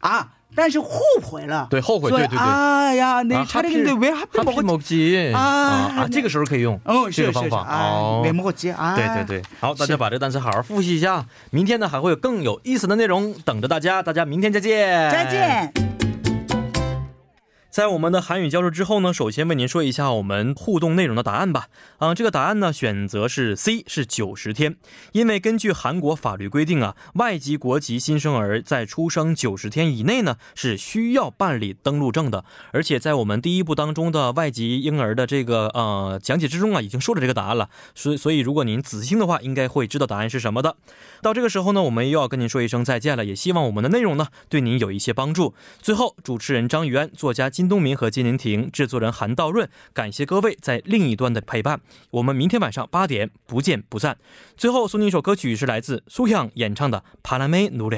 [SPEAKER 3] 啊！但是后悔了，
[SPEAKER 1] 对后悔
[SPEAKER 3] 所以
[SPEAKER 1] 对对对
[SPEAKER 3] 哎呀，那差点的为哈필
[SPEAKER 1] 네, 아, 하필
[SPEAKER 3] 먹었지
[SPEAKER 1] 먹지.
[SPEAKER 3] 아,
[SPEAKER 1] 啊，
[SPEAKER 3] 네.
[SPEAKER 1] 这个时候可以用
[SPEAKER 3] 哦，
[SPEAKER 1] 这
[SPEAKER 3] 是
[SPEAKER 1] 个
[SPEAKER 3] 是
[SPEAKER 1] 方
[SPEAKER 3] 是，
[SPEAKER 1] 法
[SPEAKER 3] 哎
[SPEAKER 1] 哦，
[SPEAKER 3] 没。먹었지 아, 啊，
[SPEAKER 1] 对对对，好，大家把这个单词好好复习一下。明天呢还会有更有意思的内容等着大家，大家明天再见，
[SPEAKER 3] 再见。
[SPEAKER 4] 在我们的韩语教授之后呢，首先为您说一下我们互动内容的答案吧。啊、这个答案呢，选择是 C，是九十天。因为根据韩国法律规定啊，外籍国籍新生儿在出生九十天以内呢，是需要办理登录证的。而且在我们第一部当中的外籍婴儿的这个呃讲解之中啊，已经说了这个答案了。所以所以如果您仔细听的话，应该会知道答案是什么的。到这个时候呢，我们又要跟您说一声再见了，也希望我们的内容呢对您有一些帮助。最后，主持人张玉安、作家金东明和金林婷、制作人韩道润，感谢各位在另一端的陪伴。我们明天晚上八点不见不散。最后送您一首歌曲，是来自苏阳演唱的《帕拉梅努雷》。